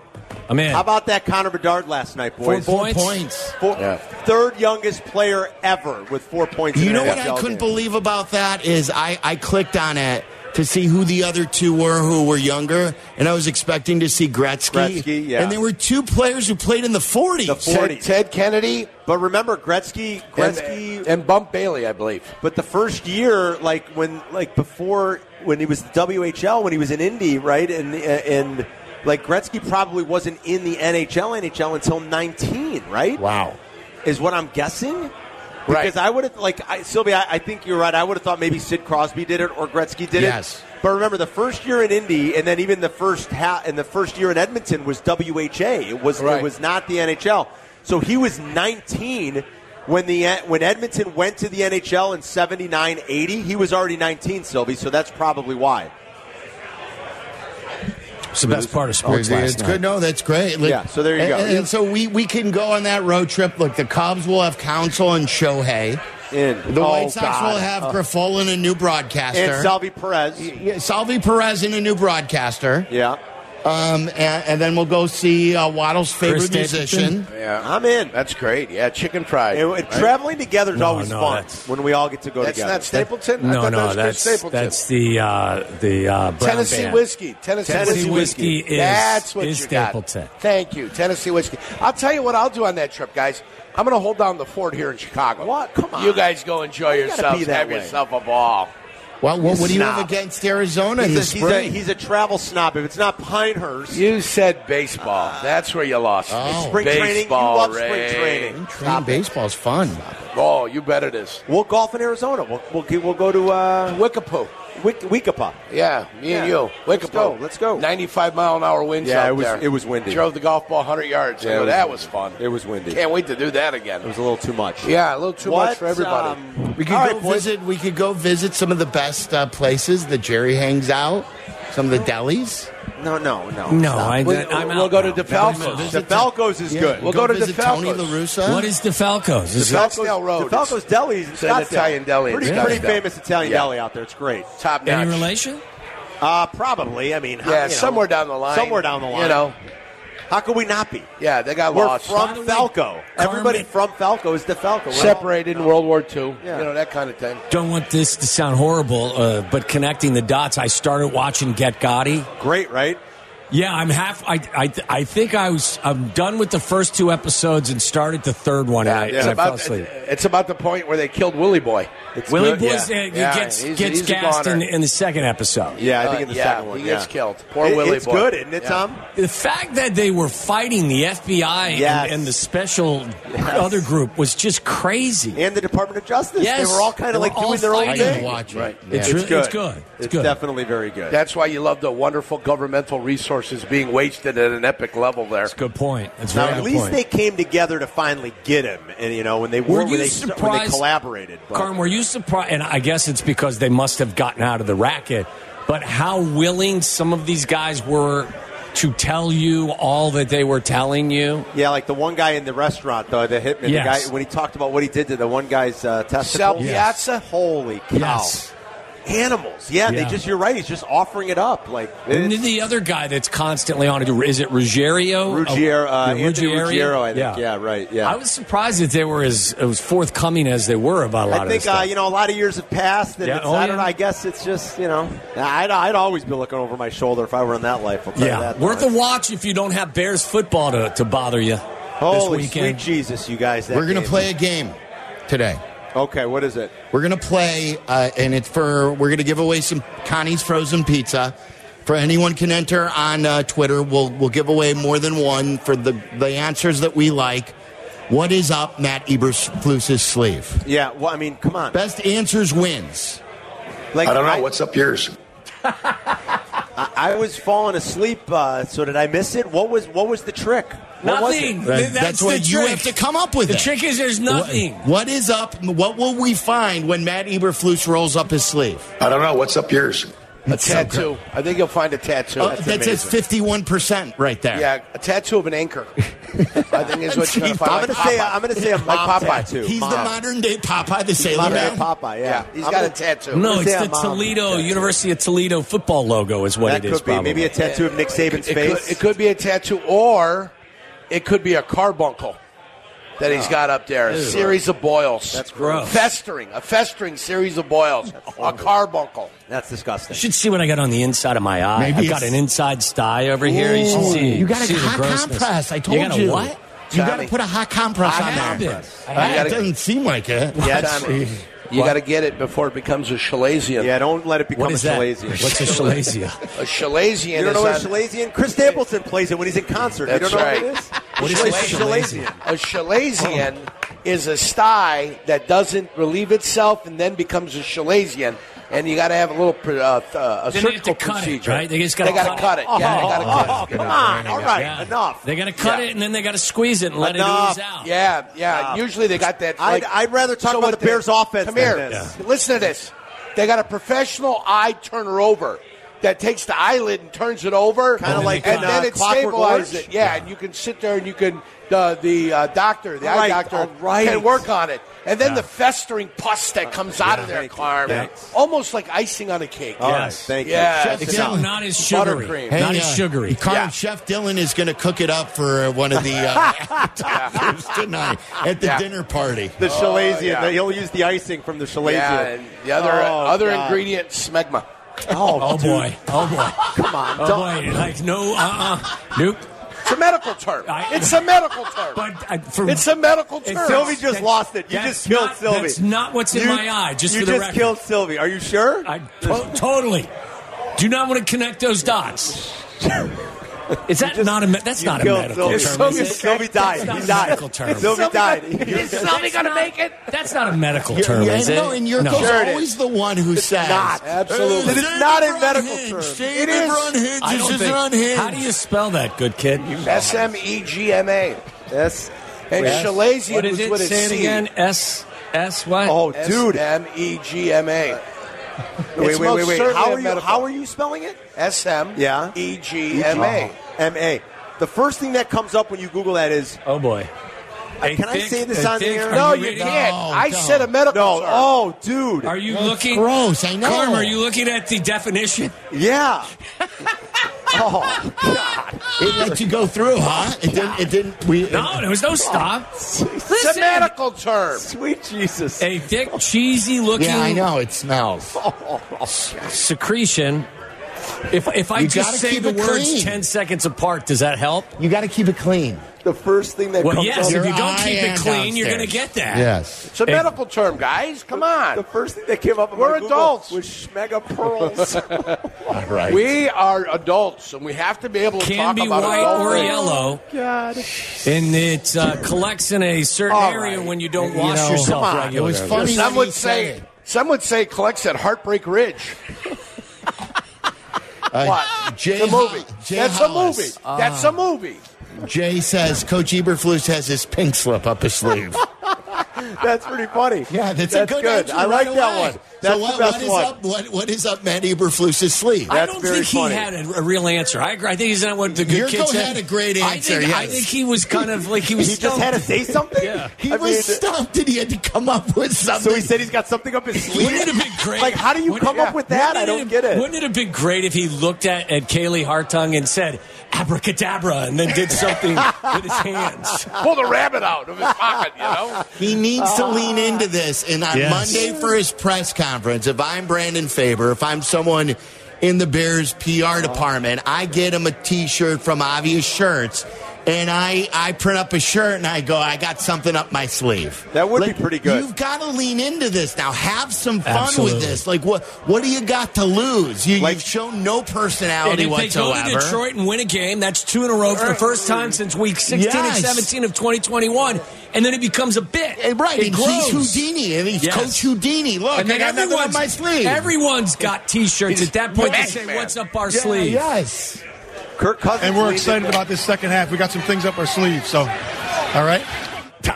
Speaker 1: I'm in.
Speaker 3: How about that Connor Bedard last night, boys?
Speaker 1: Four
Speaker 6: Four points.
Speaker 3: Four,
Speaker 4: Yeah.
Speaker 3: Third youngest player ever with four points. in
Speaker 6: You know
Speaker 3: an
Speaker 6: what
Speaker 3: NFL
Speaker 6: I couldn't
Speaker 3: game.
Speaker 6: believe about that is I, I clicked on it to see who the other two were who were younger, and I was expecting to see Gretzky.
Speaker 3: Gretzky, yeah.
Speaker 6: And there were two players who played in the 40s.
Speaker 3: The
Speaker 4: Ted-
Speaker 3: 40.
Speaker 4: Ted Kennedy
Speaker 3: But remember, Gretzky,
Speaker 4: and,
Speaker 3: Gretzky,
Speaker 4: and Bump Bailey, I believe.
Speaker 3: but the first year, like when, like before, when he was WHL, when he was in Indy, right, and and like Gretzky probably wasn't in the NHL, NHL until 19, right?
Speaker 6: wow.
Speaker 3: Is what I'm guessing.
Speaker 4: Right.
Speaker 3: Because I would have, like, I, Sylvia, I, I think you're right. I would have thought maybe Sid Crosby did it or Gretzky did
Speaker 6: Yes.
Speaker 3: it. But remember, the first year in Indy, and then even the first ha- and the first year in Edmonton was WHA. It was
Speaker 4: Right.
Speaker 3: it was not the NHL. So he was 19 when the when Edmonton went to the NHL in 79-80. He was already 19, Sylvie. So that's probably why.
Speaker 1: It's the best part of sports
Speaker 6: It's-
Speaker 1: last
Speaker 6: it's
Speaker 1: night.
Speaker 6: good. No, that's great. Like-
Speaker 3: Yeah, so there you
Speaker 6: and,
Speaker 3: go.
Speaker 6: And, and so we, we can go on that road trip. Look, the Cubs will have Council and Shohei.
Speaker 3: In
Speaker 6: The
Speaker 3: Oh,
Speaker 6: White Sox
Speaker 3: God.
Speaker 6: will have
Speaker 3: Uh,
Speaker 6: Grafol and a new broadcaster.
Speaker 3: and Salvi Perez.
Speaker 6: Yeah, Salvi Perez and a new broadcaster.
Speaker 3: Yeah,
Speaker 6: Um, and, and then we'll go see uh, Waddle's favorite musician.
Speaker 4: Yeah.
Speaker 3: I'm in.
Speaker 4: That's great. Yeah, chicken fried.
Speaker 3: And, and traveling together is
Speaker 1: No,
Speaker 3: always
Speaker 1: no,
Speaker 3: fun
Speaker 1: that's-
Speaker 3: when we all get to go
Speaker 4: That's
Speaker 3: together.
Speaker 4: not Stapleton? I
Speaker 1: No,
Speaker 4: thought that
Speaker 1: no,
Speaker 4: was Chris
Speaker 1: that's
Speaker 4: Stapleton.
Speaker 1: that's the uh, the uh, Brown
Speaker 4: Tennessee
Speaker 1: band.
Speaker 4: whiskey. Tennessee,
Speaker 1: Tennessee
Speaker 4: whiskey.
Speaker 1: whiskey is-
Speaker 4: That's what
Speaker 1: is
Speaker 4: you got.
Speaker 1: Stapleton.
Speaker 4: Thank you, Tennessee whiskey. I'll tell you what I'll do on that trip, guys. I'm going to hold down the fort here in Chicago.
Speaker 3: What? Come on.
Speaker 4: You guys go enjoy
Speaker 3: You gotta
Speaker 4: yourselves.
Speaker 3: be that
Speaker 4: Have
Speaker 3: way.
Speaker 4: yourself a ball.
Speaker 6: Well, what, what do you have
Speaker 3: Snob.
Speaker 6: against Arizona in
Speaker 3: He's
Speaker 6: the
Speaker 3: a, he's, a,
Speaker 6: spring?
Speaker 3: he's a travel snob. If it's not Pinehurst,
Speaker 4: You said baseball. That's where you lost. me.
Speaker 6: Oh.
Speaker 3: spring training, you
Speaker 4: Baseball,
Speaker 3: love spring
Speaker 4: Ray.
Speaker 3: training.
Speaker 6: Training baseball's fun.
Speaker 4: Oh, you bet it is.
Speaker 3: We'll golf in Arizona. We'll, we'll, get- we'll go to uh,
Speaker 4: Wickapoo.
Speaker 3: Wick, Wickapa.
Speaker 4: Yeah, me
Speaker 3: Yeah.
Speaker 4: and you. Wickapoo.
Speaker 3: Let's go, let's go.
Speaker 4: 95 mile an hour winds
Speaker 3: Yeah,
Speaker 4: out
Speaker 3: it was-
Speaker 4: there.
Speaker 3: it was windy.
Speaker 4: Drove the golf ball 100 yards.
Speaker 3: Yeah,
Speaker 4: I
Speaker 3: it
Speaker 4: go,
Speaker 3: was
Speaker 4: that
Speaker 3: windy.
Speaker 4: was fun.
Speaker 3: It was windy.
Speaker 4: Can't wait to do that again.
Speaker 3: It was a little too much.
Speaker 4: yeah, a little too
Speaker 3: What,
Speaker 4: much for everybody.
Speaker 3: um,
Speaker 6: We could
Speaker 3: all
Speaker 6: go
Speaker 3: right, boys.
Speaker 6: visit. We could go visit some of the best uh, places that Jerry hangs out. Some of the delis.
Speaker 3: No, no, no.
Speaker 5: No, I,
Speaker 4: We-
Speaker 5: I'm
Speaker 4: we'll
Speaker 5: out
Speaker 4: go
Speaker 5: now.
Speaker 4: to
Speaker 3: Falcos.
Speaker 4: DeFalco's.
Speaker 3: The Falcos is good.
Speaker 4: We'll go to
Speaker 6: visit
Speaker 4: DeFalco's.
Speaker 6: Tony La Russa.
Speaker 5: What is DeFalco's? Is it-
Speaker 4: Scottsdale Road.
Speaker 3: DeFalco's Deli is in
Speaker 4: It's an
Speaker 3: Scottsdale.
Speaker 4: Italian deli in
Speaker 3: Pretty,
Speaker 4: Scottsdale.
Speaker 3: pretty famous Italian
Speaker 4: Yeah.
Speaker 3: deli out there. It's great.
Speaker 4: Top notch.
Speaker 5: any relation?
Speaker 3: Uh, probably. I mean, how-
Speaker 4: Yeah,
Speaker 3: you know,
Speaker 4: somewhere down the line.
Speaker 3: Somewhere down the line.
Speaker 4: You know,
Speaker 3: how could we not be?
Speaker 4: yeah, they got
Speaker 3: We're
Speaker 4: lost.
Speaker 5: By the
Speaker 3: from
Speaker 5: way,
Speaker 3: Falco. Everybody
Speaker 5: Carmen-
Speaker 3: from Falco is DeFalco. We're
Speaker 4: separated in World War II.
Speaker 3: Yeah.
Speaker 4: You know, that kind of thing.
Speaker 5: Don't want this to sound horrible, uh, but connecting the dots, I started watching Get Gotti.
Speaker 3: all- Great, right?
Speaker 5: Yeah, I'm half. I, I I think I was. I'm done with the first two episodes and started the third one. and I,
Speaker 4: It's,
Speaker 5: and I fell
Speaker 4: about,
Speaker 5: asleep.
Speaker 4: it's about the point where they killed Willie Boy. It's
Speaker 5: Willie
Speaker 4: good.
Speaker 5: Boy's,
Speaker 4: Yeah.
Speaker 5: uh,
Speaker 4: Yeah,
Speaker 5: gets
Speaker 4: he's-
Speaker 5: gets
Speaker 4: he's a
Speaker 5: gassed in,
Speaker 4: goner.
Speaker 5: in the second episode.
Speaker 3: Yeah, I think
Speaker 4: Uh,
Speaker 3: in the
Speaker 4: yeah,
Speaker 3: second one.
Speaker 4: he
Speaker 3: yeah.
Speaker 4: gets killed. Poor
Speaker 3: It-
Speaker 4: Willie
Speaker 3: It's
Speaker 4: boy.
Speaker 3: good, isn't it,
Speaker 4: Yeah.
Speaker 3: Tom?
Speaker 5: The fact that they were fighting the FBI
Speaker 3: Yes.
Speaker 5: and, and the special other group was just crazy.
Speaker 3: And the Department of Justice.
Speaker 5: Yes.
Speaker 3: They were all kind
Speaker 5: They
Speaker 3: of
Speaker 5: were
Speaker 3: like
Speaker 5: all
Speaker 3: doing their own
Speaker 6: I
Speaker 5: fighting.
Speaker 6: didn't
Speaker 3: thing.
Speaker 6: watch it.
Speaker 4: Right.
Speaker 5: It's,
Speaker 6: Yeah.
Speaker 5: re- it's good. It's, good.
Speaker 3: definitely very good.
Speaker 4: That's why you love the wonderful governmental resources being wasted at an epic level there.
Speaker 5: That's a good point. That's a
Speaker 3: now,
Speaker 5: very
Speaker 3: at
Speaker 5: good
Speaker 3: least
Speaker 5: point.
Speaker 3: they came together to finally get him, and you know when they were,
Speaker 5: Were you
Speaker 3: when, they, when they
Speaker 5: surprised-
Speaker 3: collaborated. but-
Speaker 5: Carm, were you surprised? And I guess it's because they must have gotten out of the racket, but how willing some of these guys were to tell you all that they were telling you.
Speaker 3: Yeah, like the one guy in the restaurant, though, the hitman,
Speaker 5: Yes.
Speaker 3: the guy when he talked about what he did to the one guy's uh,
Speaker 4: Sal
Speaker 3: testicles.
Speaker 4: Piazza?
Speaker 3: Holy cow!
Speaker 5: Yes.
Speaker 3: Animals. Yeah,
Speaker 5: Yeah.
Speaker 3: they just. You're right. He's just offering it up. Like
Speaker 5: And
Speaker 3: it's-
Speaker 5: then the other guy that's constantly on it is it Ruggiero? Oh,
Speaker 3: Ruggiero, uh,
Speaker 5: Yeah,
Speaker 3: Anthony Ruggiero, I think. Yeah, right, yeah.
Speaker 5: I was surprised that they were as it was forthcoming as they were about a lot
Speaker 3: I
Speaker 5: of
Speaker 3: think
Speaker 5: this
Speaker 3: uh,
Speaker 5: stuff.
Speaker 3: you know a lot of years have passed, and
Speaker 5: Yeah,
Speaker 3: it's,
Speaker 5: oh,
Speaker 3: I don't
Speaker 5: yeah.
Speaker 3: know. I guess it's just you know I'd, I'd always be looking over my shoulder if I were in that life. I'll tell you
Speaker 5: yeah,
Speaker 3: that
Speaker 5: worth a
Speaker 3: much.
Speaker 5: watch if you don't have Bears football to, to bother you
Speaker 3: Holy
Speaker 5: this weekend.
Speaker 3: sweet Jesus, you guys! That
Speaker 6: We're gonna
Speaker 3: game.
Speaker 6: play a game today.
Speaker 3: Okay, what is it?
Speaker 6: We're gonna play, uh, and it's for we're gonna give away some Connie's frozen pizza. For anyone can enter on uh, Twitter, we'll we'll give away more than one for the the answers that we like. What is up Matt Eberflus's sleeve?
Speaker 3: Yeah, well, I mean, come on.
Speaker 6: Best answers wins.
Speaker 3: Like
Speaker 8: I don't know. What's up yours?
Speaker 3: I, I was falling asleep. Uh, so did I miss it? What was what was the trick? What was it?
Speaker 5: Nothing.
Speaker 6: Right.
Speaker 5: Th- That's,
Speaker 6: That's what
Speaker 5: the
Speaker 6: you
Speaker 5: trick.
Speaker 6: have to come up with
Speaker 5: The
Speaker 6: it.
Speaker 5: trick is there's
Speaker 6: What-
Speaker 5: nothing.
Speaker 6: what is up? What will we find when Matt Eberflus rolls up his sleeve?
Speaker 8: I don't know. What's up yours?
Speaker 4: A tattoo. I think you'll find a tattoo.
Speaker 6: Oh,
Speaker 4: That's
Speaker 6: that says
Speaker 4: amazing.
Speaker 6: fifty one percent right there.
Speaker 4: Yeah, a tattoo of an anchor. I think is what you're going to find.
Speaker 3: I'm gonna
Speaker 4: Like
Speaker 3: say
Speaker 4: Popeye.
Speaker 3: I'm gonna say a
Speaker 4: Like
Speaker 3: mom
Speaker 4: Popeye.
Speaker 3: tattoo.
Speaker 6: He's the
Speaker 3: Mom.
Speaker 6: modern day Popeye the Sailor
Speaker 3: Mom
Speaker 6: Man.
Speaker 3: and Popeye. Yeah,
Speaker 4: Yeah, he's
Speaker 3: I'm
Speaker 4: got a
Speaker 3: gonna-
Speaker 4: tattoo.
Speaker 5: No,
Speaker 3: Where's
Speaker 5: it's
Speaker 3: that
Speaker 5: the
Speaker 3: mom?
Speaker 5: Toledo
Speaker 3: Yeah.
Speaker 5: University of Toledo football logo is what
Speaker 3: That
Speaker 5: it is.
Speaker 3: could be
Speaker 5: probably.
Speaker 3: maybe a tattoo of Nick Saban's
Speaker 4: It
Speaker 3: face.
Speaker 4: could, it could be a tattoo, or it could be a carbuncle that he's got up there. A series of boils.
Speaker 3: Ah. That's
Speaker 5: gross.
Speaker 4: Festering. A festering series of boils. A carbuncle.
Speaker 3: That's disgusting.
Speaker 5: should see what I got on the inside of my eye.
Speaker 6: Maybe
Speaker 5: I've got
Speaker 6: it's- Oh,
Speaker 5: an inside sty over here. Oh, You should see.
Speaker 6: You got
Speaker 5: see
Speaker 6: a
Speaker 5: the
Speaker 6: hot
Speaker 5: grossness.
Speaker 6: compress. I told
Speaker 5: you. Got a what?
Speaker 6: You got to
Speaker 4: Tommy.
Speaker 6: put a hot compress
Speaker 5: I
Speaker 6: on
Speaker 5: have
Speaker 6: there.
Speaker 5: it. I
Speaker 6: Ah,
Speaker 5: have
Speaker 6: it
Speaker 5: it.
Speaker 6: doesn't seem like it.
Speaker 3: Yeah,
Speaker 4: Tommy, you got to get it before it becomes a chalazian.
Speaker 3: Yeah, don't let it become
Speaker 5: What is
Speaker 3: a
Speaker 5: that?
Speaker 3: Chalazian.
Speaker 5: What's a chalasia?
Speaker 4: A chalazian
Speaker 3: you don't
Speaker 4: is
Speaker 3: know what a
Speaker 4: on-
Speaker 3: Chalazian? Chris Stapleton plays it when he's in concert. you
Speaker 4: That's
Speaker 3: don't know
Speaker 4: right.
Speaker 3: what it is?
Speaker 5: What is
Speaker 3: It's
Speaker 5: a
Speaker 3: Chalazian.
Speaker 5: chalazion?
Speaker 4: A chalazian is a sty that doesn't relieve itself and then becomes a chalazian. And you got to have a little pr- uh, th- uh,
Speaker 5: Then they
Speaker 4: a
Speaker 5: have to
Speaker 4: surgical
Speaker 5: cut it,
Speaker 4: procedure.
Speaker 5: right? They just gotta
Speaker 4: they got
Speaker 5: cut
Speaker 4: to cut
Speaker 5: it.
Speaker 4: it. Yeah, they
Speaker 3: Oh,
Speaker 4: got to
Speaker 3: oh,
Speaker 4: cut it.
Speaker 3: come on. All right,
Speaker 5: Yeah.
Speaker 3: enough.
Speaker 5: They got to cut
Speaker 4: Yeah.
Speaker 5: it and then they got to squeeze it and let
Speaker 3: Enough.
Speaker 5: it ooze out.
Speaker 4: Yeah, yeah.
Speaker 3: Wow.
Speaker 4: Usually they got that.
Speaker 3: I'd-
Speaker 4: like-
Speaker 3: I'd rather talk about
Speaker 4: what
Speaker 3: the Bears' offense
Speaker 4: Come
Speaker 3: than
Speaker 4: here.
Speaker 3: this.
Speaker 4: Listen to this. They got a professional eye turner over that takes the eyelid and turns it over,
Speaker 3: Kinda
Speaker 4: and
Speaker 3: like
Speaker 4: and
Speaker 3: in,
Speaker 4: then
Speaker 3: uh,
Speaker 4: it
Speaker 3: Clockwork
Speaker 4: stabilizes
Speaker 3: Orange?
Speaker 4: it. Yeah, and you can sit there and you can the the uh, doctor, the eye
Speaker 3: Right, all
Speaker 4: doctor,
Speaker 3: right.
Speaker 4: can work on it, and then
Speaker 5: Yeah.
Speaker 4: the festering pus that comes out of
Speaker 3: yeah.
Speaker 4: there, Carm,
Speaker 3: Thanks.
Speaker 4: almost like icing on a cake.
Speaker 3: All right,
Speaker 5: Yes.
Speaker 3: thank you.
Speaker 4: Yeah,
Speaker 3: Shut
Speaker 6: it's
Speaker 3: it
Speaker 5: Except
Speaker 3: down.
Speaker 5: not as sugary.
Speaker 4: Buttercream.
Speaker 6: Hey,
Speaker 5: Not
Speaker 6: uh,
Speaker 5: as sugary.
Speaker 6: Carl,
Speaker 4: Yeah.
Speaker 6: Chef Dylan is going to cook it up for uh, one of the uh, actors tonight at the
Speaker 4: Yeah.
Speaker 6: dinner party.
Speaker 3: The Chalazian.
Speaker 4: Oh, yeah.
Speaker 3: They- He'll use the icing from the Chalazian.
Speaker 4: Yeah, and the other
Speaker 3: Oh,
Speaker 4: other
Speaker 3: God.
Speaker 4: ingredient, smegma.
Speaker 5: Oh boy. Oh boy.
Speaker 3: Come on.
Speaker 5: Oh
Speaker 3: Don't-
Speaker 5: boy. Like no. Uh. uh Nope.
Speaker 4: It's a medical term.
Speaker 5: I-
Speaker 4: it's a medical term.
Speaker 5: But I, for
Speaker 4: it's a medical term.
Speaker 3: Sylvie just
Speaker 5: That's-
Speaker 3: lost it. You
Speaker 5: that's
Speaker 3: just killed
Speaker 5: not-
Speaker 3: Sylvie.
Speaker 5: that's not what's in my eye, just
Speaker 3: you
Speaker 5: for the
Speaker 3: just
Speaker 5: record.
Speaker 3: killed Sylvie. Are you sure?
Speaker 5: I to- totally do not want to connect those dots. Is that not a me- that's
Speaker 3: you
Speaker 5: not a
Speaker 3: killed
Speaker 5: medical
Speaker 3: Sylvie.
Speaker 5: term? Is
Speaker 3: Sylvie,
Speaker 5: it?
Speaker 3: died.
Speaker 5: not
Speaker 3: He
Speaker 5: a
Speaker 3: died.
Speaker 5: medical term.
Speaker 3: Sylvie died.
Speaker 4: Is Sylvie gonna make it?
Speaker 5: That's not a medical term,
Speaker 6: Yeah,
Speaker 5: is it?
Speaker 6: no, and Yurko's
Speaker 3: Sure it is.
Speaker 6: always the one who says.
Speaker 3: not. Absolutely.
Speaker 6: "Uh,
Speaker 3: It's
Speaker 6: David
Speaker 3: not a
Speaker 6: Brown
Speaker 3: medical
Speaker 6: Hinge.
Speaker 3: term.
Speaker 6: David
Speaker 4: It is.
Speaker 6: Brown Hinge
Speaker 5: I
Speaker 6: is
Speaker 5: don't
Speaker 6: just
Speaker 5: think,
Speaker 6: on Hinge.
Speaker 5: How do you spell that, good kid?
Speaker 4: S M E G M A.
Speaker 3: Yes.
Speaker 4: And
Speaker 5: What
Speaker 4: Shalazian
Speaker 5: is
Speaker 4: was
Speaker 5: it?
Speaker 4: with a
Speaker 5: Say it
Speaker 4: C.
Speaker 5: again. S S what?
Speaker 3: Oh, dude.
Speaker 4: S M E G M A.
Speaker 3: wait, wait, wait, wait. How are you?
Speaker 4: Medical.
Speaker 3: How are you spelling it?
Speaker 4: S M
Speaker 3: Yeah.
Speaker 4: E G M A.
Speaker 3: M A. The first thing that comes up when you Google that is,
Speaker 5: Oh boy.
Speaker 3: can I say this on the air?
Speaker 4: No,
Speaker 3: Are
Speaker 4: you
Speaker 5: ready?
Speaker 4: can't.
Speaker 6: No,
Speaker 4: I
Speaker 6: don't.
Speaker 4: said a medical
Speaker 3: no.
Speaker 4: term.
Speaker 3: Oh, dude.
Speaker 5: Are you
Speaker 6: That's
Speaker 5: looking?
Speaker 6: gross, I know.
Speaker 5: Carm, are you looking at the definition?
Speaker 3: Yeah. oh,
Speaker 6: It let you go through, huh? It didn't. It didn't. We.
Speaker 5: No, there was no stop.
Speaker 4: it's a
Speaker 5: Listen,
Speaker 4: medical term.
Speaker 3: sweet Jesus.
Speaker 5: a thick, cheesy looking
Speaker 6: Yeah, I know. It smells.
Speaker 5: secretion. If if I
Speaker 6: You gotta
Speaker 5: just say
Speaker 6: keep
Speaker 5: the
Speaker 6: it
Speaker 5: words
Speaker 6: clean.
Speaker 5: ten seconds apart, does that help?
Speaker 6: You got to keep it clean.
Speaker 3: The first thing that
Speaker 5: Well,
Speaker 3: comes
Speaker 5: yes.
Speaker 3: up.
Speaker 5: If you
Speaker 6: Your
Speaker 5: don't
Speaker 6: eye
Speaker 5: keep it
Speaker 6: and
Speaker 5: clean, you're
Speaker 6: downstairs.
Speaker 5: gonna get that.
Speaker 6: Yes.
Speaker 4: It's a medical term, guys. Come
Speaker 3: The
Speaker 4: on.
Speaker 3: first thing that came up. on
Speaker 4: We're
Speaker 3: my Google
Speaker 4: adults.
Speaker 3: Was Schmega pearls.
Speaker 6: All right.
Speaker 4: We are adults, and we have to be able to
Speaker 5: Can
Speaker 4: talk
Speaker 5: be
Speaker 4: about
Speaker 5: white
Speaker 4: adult
Speaker 5: or
Speaker 4: things.
Speaker 5: yellow,
Speaker 3: God.
Speaker 5: and it uh, collects in a certain
Speaker 3: All
Speaker 5: area
Speaker 3: right.
Speaker 5: when you don't
Speaker 6: You
Speaker 5: wash
Speaker 6: know,
Speaker 5: yourself
Speaker 6: come on, it
Speaker 5: regularly.
Speaker 6: was funny.
Speaker 4: Some
Speaker 6: when he
Speaker 4: would
Speaker 6: said
Speaker 4: say.
Speaker 6: it.
Speaker 4: Some would say collects at Heartbreak Ridge.
Speaker 6: Uh,
Speaker 4: What?
Speaker 6: Jay
Speaker 4: It's a
Speaker 6: Ho-
Speaker 4: movie.
Speaker 6: Jay
Speaker 4: That's
Speaker 6: Hollis.
Speaker 4: a movie. That's a movie.
Speaker 6: Jay says Coach Eberflus has his pink slip up his sleeve.
Speaker 3: That's pretty funny.
Speaker 6: Yeah, that's, a good.
Speaker 3: good.
Speaker 6: answer
Speaker 3: I like
Speaker 6: right
Speaker 3: that
Speaker 6: away.
Speaker 3: one. That's
Speaker 6: so what,
Speaker 3: the best
Speaker 6: what is
Speaker 3: one.
Speaker 6: up? What, what is up Matt Eberflus's sleeve?
Speaker 5: I
Speaker 3: That's
Speaker 5: don't
Speaker 3: very
Speaker 5: think
Speaker 3: funny.
Speaker 5: he had a, a real answer. I, agree. I think he's not what the good
Speaker 6: Yurko
Speaker 5: kid said.
Speaker 6: had a great answer,
Speaker 5: I think, I
Speaker 6: yes.
Speaker 5: think he was kind of like he was.
Speaker 3: He just had to
Speaker 5: stumped.
Speaker 3: say something.
Speaker 5: Yeah.
Speaker 6: he
Speaker 3: I
Speaker 6: was
Speaker 3: mean,
Speaker 6: stumped and he had to come up with something.
Speaker 3: So he said he's got something up his sleeve.
Speaker 5: Wouldn't it have been great?
Speaker 3: Like, how do you
Speaker 5: Wouldn't-
Speaker 3: come
Speaker 5: yeah.
Speaker 3: up with that? I
Speaker 5: Wouldn't
Speaker 3: don't
Speaker 5: have-
Speaker 3: get it.
Speaker 5: Wouldn't it have been great if he looked at, at Kaylee Hartung and said abracadabra and then did something with his hands?
Speaker 4: Pull the rabbit out of his pocket, you know?
Speaker 6: He needs to lean into this. And on
Speaker 5: Yes.
Speaker 6: Monday for his press conference, if I'm Brandon Faber, if I'm someone in the Bears PR department, I get him a T-shirt from Obvious Shirts, and I I print up a shirt and I go, I got something up my sleeve.
Speaker 3: That would be pretty good.
Speaker 6: You've got to lean into this now. Have some fun
Speaker 5: Absolutely.
Speaker 6: with this. Like what what do you got to lose? You,
Speaker 3: Like-
Speaker 6: you've shown no
Speaker 5: And
Speaker 6: personality
Speaker 5: if they go
Speaker 6: whatsoever.
Speaker 5: to Detroit and win a game, that's two in a row for the first time since week 16
Speaker 6: Yes.
Speaker 5: and 17 of 2021. And then it becomes a bit.
Speaker 6: Eh, Right,
Speaker 5: It
Speaker 6: and
Speaker 5: grows.
Speaker 6: he's Houdini, and he's
Speaker 5: Yes.
Speaker 6: Coach Houdini. Look,
Speaker 5: And
Speaker 6: I
Speaker 5: then
Speaker 6: got nothing up
Speaker 5: everyone's,
Speaker 6: my sleeve.
Speaker 5: everyone's got T-shirts at that point. They
Speaker 4: Mac
Speaker 5: say,
Speaker 4: Man.
Speaker 5: "What's up our
Speaker 6: Yeah,
Speaker 5: sleeve?"
Speaker 6: Yes.
Speaker 3: Kirk Cousins.
Speaker 9: And we're
Speaker 3: leaned
Speaker 9: excited
Speaker 3: into-
Speaker 9: about this second half. We got some things up our sleeve. So,
Speaker 6: All right.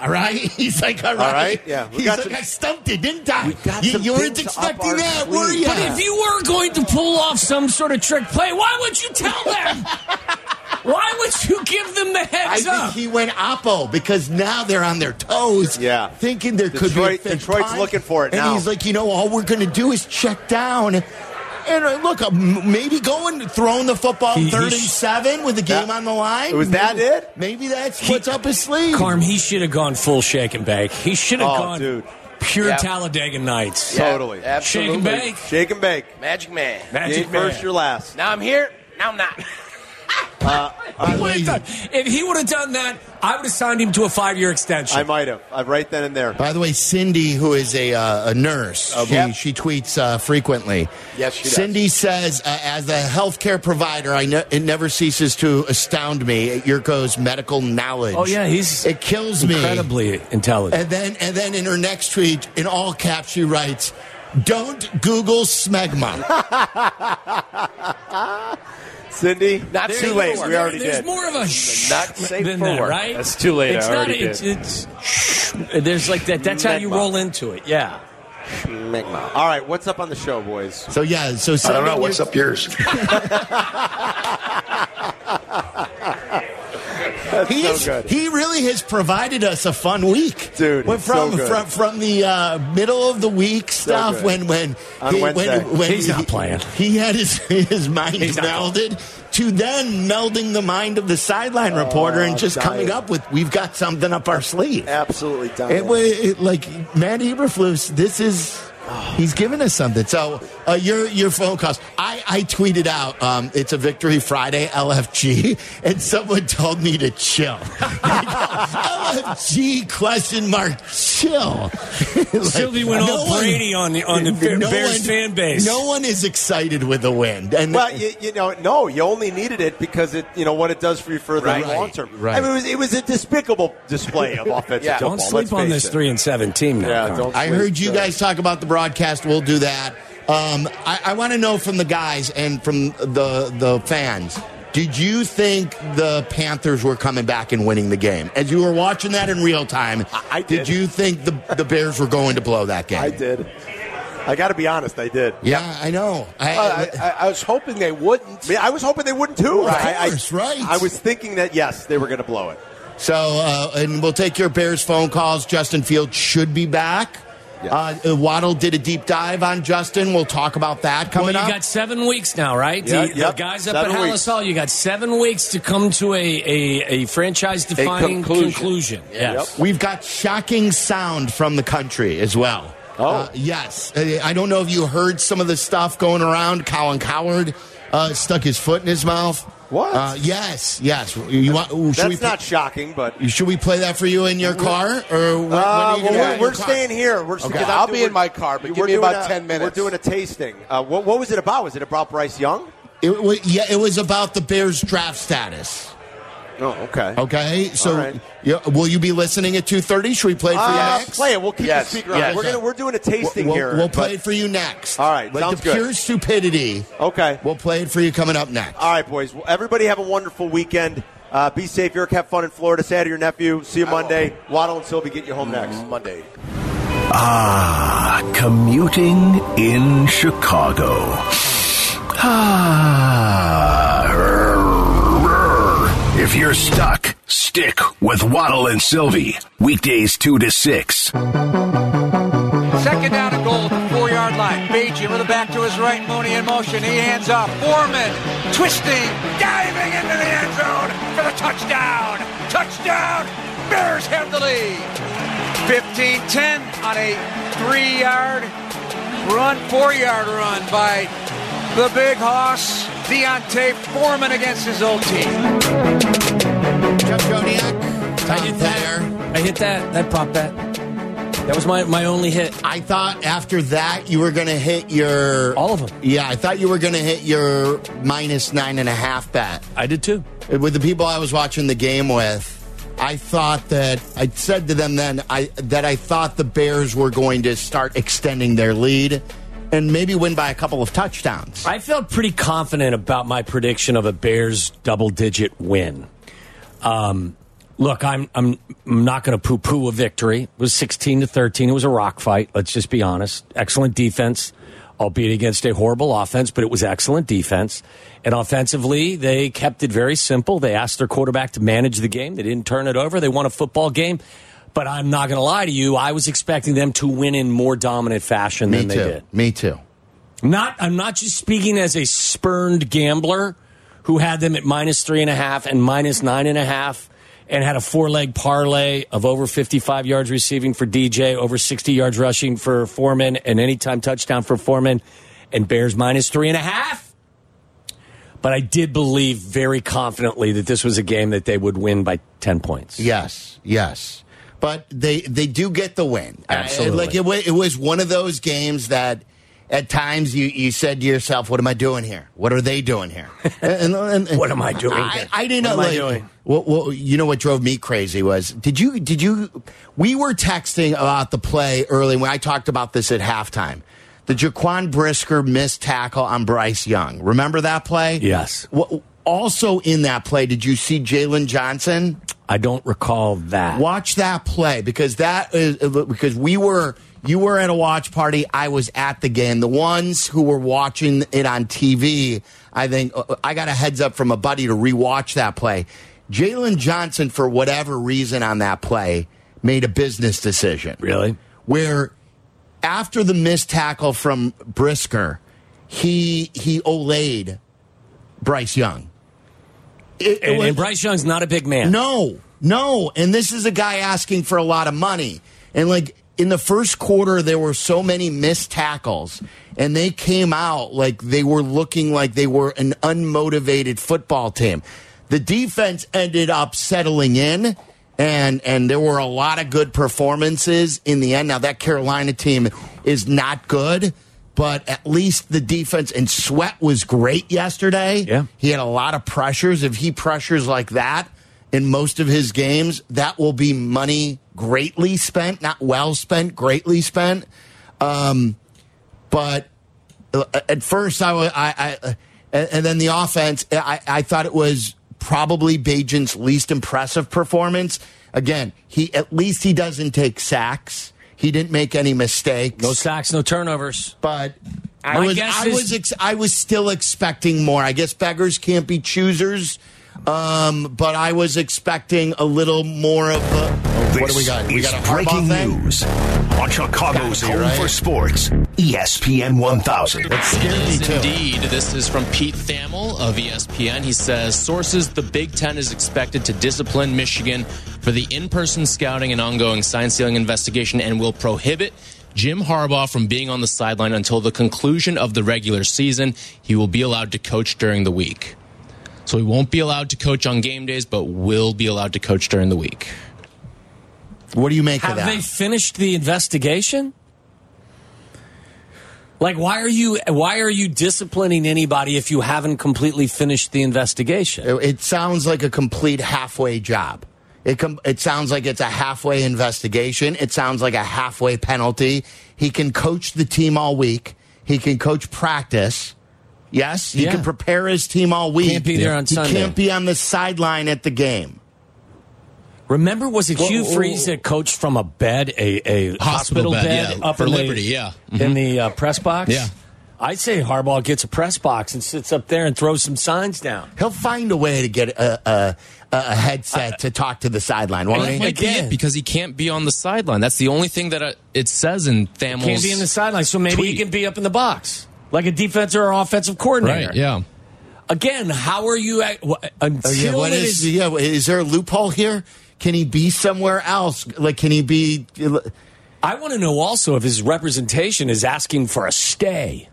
Speaker 6: All right. He's like, all right.
Speaker 3: right, yeah. We
Speaker 6: He's
Speaker 3: got
Speaker 6: like,
Speaker 3: some-
Speaker 6: I stumped it, didn't I?
Speaker 3: We got
Speaker 6: you,
Speaker 3: some
Speaker 6: you weren't
Speaker 3: things up our
Speaker 6: expecting that,
Speaker 3: sleeve.
Speaker 6: were you?
Speaker 5: But if you were going to pull off some sort of trick play, why would you tell them? why would you give them the
Speaker 6: I
Speaker 5: heads
Speaker 6: think
Speaker 5: up?
Speaker 6: he went oppo because now they're on their toes.
Speaker 3: Yeah.
Speaker 6: Thinking there could be a
Speaker 3: Detroit-
Speaker 6: fifth
Speaker 3: Detroit's
Speaker 6: punt.
Speaker 3: looking for it
Speaker 6: and
Speaker 3: now.
Speaker 6: he's like, you know, all we're going to do is check down. And uh, look, uh, m- maybe going throwing the football
Speaker 5: He- he
Speaker 6: third and
Speaker 5: sh-
Speaker 6: seven with the game
Speaker 3: That-
Speaker 6: on the line.
Speaker 3: Was that
Speaker 6: Maybe-
Speaker 3: it?
Speaker 6: Maybe that's what's up his sleeve.
Speaker 5: Carm, he should have gone full shake and bake. He should have
Speaker 3: Oh,
Speaker 5: gone
Speaker 3: dude.
Speaker 5: pure
Speaker 4: Yeah.
Speaker 5: Talladega Nights.
Speaker 4: Yeah,
Speaker 3: Totally.
Speaker 5: Shake
Speaker 4: absolutely.
Speaker 5: and bake.
Speaker 3: Shake and bake.
Speaker 4: Magic Man.
Speaker 3: You
Speaker 5: Magic
Speaker 3: ain't first,
Speaker 5: man.
Speaker 3: you're last.
Speaker 4: Now I'm here, now I'm not.
Speaker 5: He would have done- If he would have done that, I would have signed him to a five-year extension.
Speaker 3: I might have. I right then and there.
Speaker 6: By the way, Cindy, who is a, uh, a nurse, she,
Speaker 4: Yep.
Speaker 6: she tweets uh, frequently.
Speaker 4: Yes, she does.
Speaker 6: Cindy says, uh, as a healthcare provider, I ne- it never ceases to astound me at Yurko's medical knowledge.
Speaker 5: oh yeah, he's
Speaker 6: it kills me.
Speaker 5: incredibly intelligent.
Speaker 6: And then, and then in her next tweet, in all caps, she writes, "Don't Google smegma."
Speaker 3: Cindy, not
Speaker 4: There's
Speaker 3: too late.
Speaker 4: more.
Speaker 3: We already
Speaker 5: there's
Speaker 3: did.
Speaker 5: more of a shh
Speaker 4: Not safe
Speaker 5: than
Speaker 4: for
Speaker 5: that,
Speaker 4: work.
Speaker 5: right?
Speaker 10: That's too late.
Speaker 5: It's
Speaker 10: I
Speaker 5: not.
Speaker 10: already
Speaker 5: It's,
Speaker 10: did.
Speaker 5: it's shh. There's like that. That's how you
Speaker 3: Magma.
Speaker 5: roll into it. Yeah.
Speaker 3: Magma. All right, what's up on the show, boys?
Speaker 6: so yeah, so
Speaker 8: I don't
Speaker 6: send
Speaker 8: know.
Speaker 6: in
Speaker 8: What's
Speaker 6: your-
Speaker 8: up yours?
Speaker 6: He's,
Speaker 3: good.
Speaker 6: He really has provided us a fun week,
Speaker 3: Dude,
Speaker 6: Went
Speaker 3: it's
Speaker 6: from
Speaker 3: so good.
Speaker 6: from from the uh, middle of the week stuff
Speaker 3: good.
Speaker 6: when when
Speaker 3: On Wednesday.
Speaker 6: when, when
Speaker 5: He's
Speaker 6: he,
Speaker 5: not playing.
Speaker 6: He had his his mind
Speaker 5: He's not
Speaker 6: melded to then melding the mind of the sideline reporter and just
Speaker 3: dying.
Speaker 6: coming up with we've got something up our sleeve.
Speaker 3: Absolutely done.
Speaker 6: It was it, like Matt Eberflus. This is He's giving us something. So uh, your your phone calls. I, I tweeted out um, it's a victory Friday LFG, and someone told me to chill. LFG question mark chill. Like,
Speaker 5: Sylvie went all
Speaker 6: one-
Speaker 5: Brady on the on the Bear- Bears
Speaker 6: one-
Speaker 5: fan base.
Speaker 6: No one is excited with the win, and
Speaker 3: Well, you, you know, no, you only needed it because it, you know, what it does for you for the
Speaker 6: Right.
Speaker 3: long term.
Speaker 6: Right.
Speaker 3: I mean, it was, it was a despicable display of offensive
Speaker 4: Yeah.
Speaker 3: football.
Speaker 5: don't
Speaker 3: let's
Speaker 5: sleep on
Speaker 3: face
Speaker 5: this
Speaker 3: it.
Speaker 5: three and seven team. Now,
Speaker 3: Yeah,
Speaker 5: Connor.
Speaker 3: don't
Speaker 6: I
Speaker 3: sleep.
Speaker 6: heard you
Speaker 3: Uh,
Speaker 6: guys talk about the broadcast. We'll do that. Um, I, I want to know from the guys and from the the fans. Did you think the Panthers were coming back and winning the game? As you were watching that in real time,
Speaker 3: I
Speaker 6: did.
Speaker 3: did.
Speaker 6: you think the, the Bears were going to blow that game?
Speaker 3: I did. I got to be honest, I did.
Speaker 6: Yeah, I know. I,
Speaker 4: Well, Uh, I, I, I was hoping they wouldn't.
Speaker 3: I mean, I was hoping they wouldn't too.
Speaker 6: Of
Speaker 3: I, I,
Speaker 6: course, right.
Speaker 3: I was thinking that yes, they were going to blow it.
Speaker 6: So, uh, and we'll take your Bears phone calls. Justin Fields should be back.
Speaker 3: Yes.
Speaker 6: Uh, Waddle did a deep dive on Justin. We'll talk about that
Speaker 5: Well,
Speaker 6: coming
Speaker 5: you
Speaker 6: up.
Speaker 5: got seven weeks now, right?
Speaker 3: Yeah,
Speaker 5: the,
Speaker 3: yep,
Speaker 5: the guys up
Speaker 3: seven
Speaker 5: at
Speaker 3: weeks.
Speaker 5: Hallis Hall, you got seven weeks to come to a, a, a franchise defining
Speaker 4: A conclusion.
Speaker 5: conclusion. Yes.
Speaker 6: We've got shocking sound from the country as well.
Speaker 3: Oh.
Speaker 6: Uh, yes. Uh, I don't know if you heard some of the stuff going around. Colin Coward uh, stuck his foot in his mouth.
Speaker 3: What?
Speaker 6: Uh, yes, yes. You want, should,
Speaker 3: That's
Speaker 6: we
Speaker 3: not shocking, but
Speaker 6: pl- should we play that for you in your car? Or when, when
Speaker 3: Uh,
Speaker 6: are
Speaker 3: well,
Speaker 6: you gonna
Speaker 3: we're,
Speaker 6: get
Speaker 3: we're
Speaker 6: your car?
Speaker 3: staying here. We're
Speaker 6: Okay.
Speaker 3: 'cause I'm
Speaker 4: I'll be in my car, but give
Speaker 3: we're
Speaker 4: me
Speaker 3: doing
Speaker 4: about
Speaker 3: a-
Speaker 4: 10 minutes.
Speaker 3: We're doing a tasting. Uh, what, what was it about? Was it about Bryce Young?
Speaker 6: It, wa yeah, it was about the Bears' draft status.
Speaker 3: Oh, okay.
Speaker 6: Okay, so
Speaker 3: All right.
Speaker 6: yeah, will you be listening at two thirty? Should we play it for you
Speaker 3: Uh,
Speaker 6: next?
Speaker 3: play it. We'll keep
Speaker 4: Yes,
Speaker 3: the speaker on.
Speaker 4: yes.
Speaker 3: We're gonna we're doing a tasting
Speaker 6: we'll,
Speaker 3: here.
Speaker 6: we'll play
Speaker 3: but-
Speaker 6: it for you next.
Speaker 3: All right,
Speaker 6: like
Speaker 3: sounds
Speaker 6: the
Speaker 3: good.
Speaker 6: pure stupidity.
Speaker 3: Okay.
Speaker 6: We'll play it for you coming up next.
Speaker 3: All right, boys. Well, everybody have a wonderful weekend. Uh, be safe, Eric. Have fun in Florida. Say hi to your nephew. See you Monday. Waddle and Sylvie get you home next.
Speaker 4: Monday.
Speaker 10: Ah, commuting in Chicago. Ah, rrr, rrr. if you're stuck, stick with Waddle and Sylvie. Weekdays 2 to 6.
Speaker 11: Second down and goal at the four yard line. Beachy with a back to his right, Mooney in motion. He hands off. Foreman twisting, diving into the end zone for the touchdown. Touchdown! Bears have the lead. 15 10 on a three yard run, four yard run by the big hoss, Deontay Foreman against his old team.
Speaker 6: Jeff Jodiak,
Speaker 5: I
Speaker 6: Tom
Speaker 5: hit that.
Speaker 6: Thayer.
Speaker 5: I hit that. That prop bet. That was my, my only hit.
Speaker 6: I thought after that you were going to hit your
Speaker 5: All of them.
Speaker 6: Yeah, I thought you were going to hit your minus nine and a half bet.
Speaker 5: I did too.
Speaker 6: with the people I was watching the game with, I thought that I said to them then I that I thought the Bears were going to start extending their lead and maybe win by a couple of touchdowns.
Speaker 5: I felt pretty confident about my prediction of a Bears double digit win. Um, look, I'm I'm I'm not going to poo poo a victory. It was 16 to 13. It was a rock fight. Let's just be honest. Excellent defense, albeit against a horrible offense, but it was excellent defense. And offensively, they kept it very simple. They asked their quarterback to manage the game. They didn't turn it over. They won a football game. But I'm not going to lie to you. I was expecting them to win in more dominant fashion
Speaker 6: Me
Speaker 5: than
Speaker 6: too.
Speaker 5: they did
Speaker 6: Me too.
Speaker 5: not I'm not just speaking as a spurned gambler who had them at minus three and a half and minus nine and a half and had a four leg parlay of over 55 yards receiving for DJ, over 60 yards rushing for Foreman, and anytime touchdown for Foreman, and Bears minus three and a half. But I did believe very confidently that this was a game that they would win by 10 points.
Speaker 6: Yes, yes. But they they do get the win.
Speaker 5: Absolutely.
Speaker 6: Uh, Like it, wa- it was one of those games that at times you, you said to yourself, "What am I doing here? What are they doing here?" And, and- and- and-
Speaker 5: What am I doing
Speaker 6: I,
Speaker 5: here?
Speaker 6: I didn't know.
Speaker 5: What am I
Speaker 6: like,
Speaker 5: doing?
Speaker 6: Well, well, you know what drove me crazy was did you did you we were texting about the play early when I talked about this at halftime. The Jaquan Brisker missed tackle on Bryce Young. Remember that play?
Speaker 5: Yes.
Speaker 6: Wha- also in that play, did you see Jalen Johnson?
Speaker 5: I don't recall that.
Speaker 6: Watch that play because that is because we were you were at a watch party. I was at the game. The ones who were watching it on TV, I think uh, I got a heads up from a buddy to rewatch that play. Jalen Johnson, for whatever reason, on that play, made a business decision.
Speaker 5: Really?
Speaker 6: Where after the missed tackle from Brisker, he he olayed Bryce Young. It- it
Speaker 5: And,
Speaker 6: was-
Speaker 5: and Bryce Young's not a big man.
Speaker 6: no, no. And this is a guy asking for a lot of money. And like in the first quarter there were so many missed tackles and they came out like they were looking like they were an unmotivated football team the defense ended up settling in and and there were a lot of good performances in the end now that carolina team is not good but at least the defense and sweat was great yesterday
Speaker 5: Yeah.
Speaker 6: he had a lot of pressures if he pressures like that in most of his games, that will be money greatly spent, not well spent, greatly spent. Um, but uh, at first, I, wa- I, I- and and then the offense, I, I thought it was probably Bajan's least impressive performance. Again, he at least he doesn't take sacks. He didn't make any mistakes.
Speaker 5: No sacks, no turnovers.
Speaker 6: but I
Speaker 5: My
Speaker 6: was
Speaker 5: guess
Speaker 6: I
Speaker 5: is-
Speaker 6: was ex- I was still expecting more. I guess beggars can't be choosers. Um, but I was expecting a little more of a. Oh, what do we got? We
Speaker 10: is
Speaker 6: got a
Speaker 10: breaking
Speaker 6: Harbaugh thing.
Speaker 10: news on Chicago's
Speaker 6: Gotta be,
Speaker 10: Home
Speaker 6: right?
Speaker 10: for Sports, E ESPN 1000.
Speaker 6: That scared me too.
Speaker 12: Indeed, this is from Pete Thamel of E ESPN. He says sources the Big Ten is expected to discipline Michigan for the in person scouting and ongoing sign stealing investigation and will prohibit Jim Harbaugh from being on the sideline until the conclusion of the regular season. He will be allowed to coach during the week. So he won't be allowed to coach on game days, but will be allowed to coach during the week.
Speaker 6: What do you make of
Speaker 5: Have
Speaker 6: that?
Speaker 5: they finished the investigation? Like, why are you why are you disciplining anybody if you haven't completely finished the investigation?
Speaker 6: It, it sounds like a complete halfway job. It com- it sounds like it's a halfway investigation. It sounds like a halfway penalty. He can coach the team all week. He can coach practice. Yes, he
Speaker 5: Yeah.
Speaker 6: can prepare his team all week.
Speaker 5: Can't be there on
Speaker 6: he
Speaker 5: Sunday.
Speaker 6: can't be on the sideline at the game.
Speaker 5: Remember, was it Hugh
Speaker 12: whoa,
Speaker 5: Freeze that coached from a bed, a, a hospital,
Speaker 12: Hospital
Speaker 5: bed,
Speaker 12: bed, yeah,
Speaker 5: up
Speaker 12: for
Speaker 5: in the-
Speaker 12: Liberty, yeah. Mm-hmm.
Speaker 5: in the uh, press box?
Speaker 12: Yeah.
Speaker 5: I'd say Harbaugh gets a press box and sits up there and throws some signs down.
Speaker 6: He'll find a way to get a a, a headset to talk to the sideline, won't
Speaker 12: That
Speaker 6: he?
Speaker 12: might be it, because he can't be on the sideline. That's the only thing that uh, it says in Thamel's.
Speaker 5: Can't be in the sideline, so maybe
Speaker 12: Tweet.
Speaker 5: he can be up in the box like a defensive or offensive coordinator.
Speaker 12: Right, yeah.
Speaker 5: Again, how are you at, wh-
Speaker 6: Uh,
Speaker 5: until
Speaker 6: yeah, what
Speaker 5: it
Speaker 6: is,
Speaker 5: is-
Speaker 6: yeah, is there a loophole here? Can he be somewhere else? Like, can he be?
Speaker 5: I want to know also if his representation is asking for a stay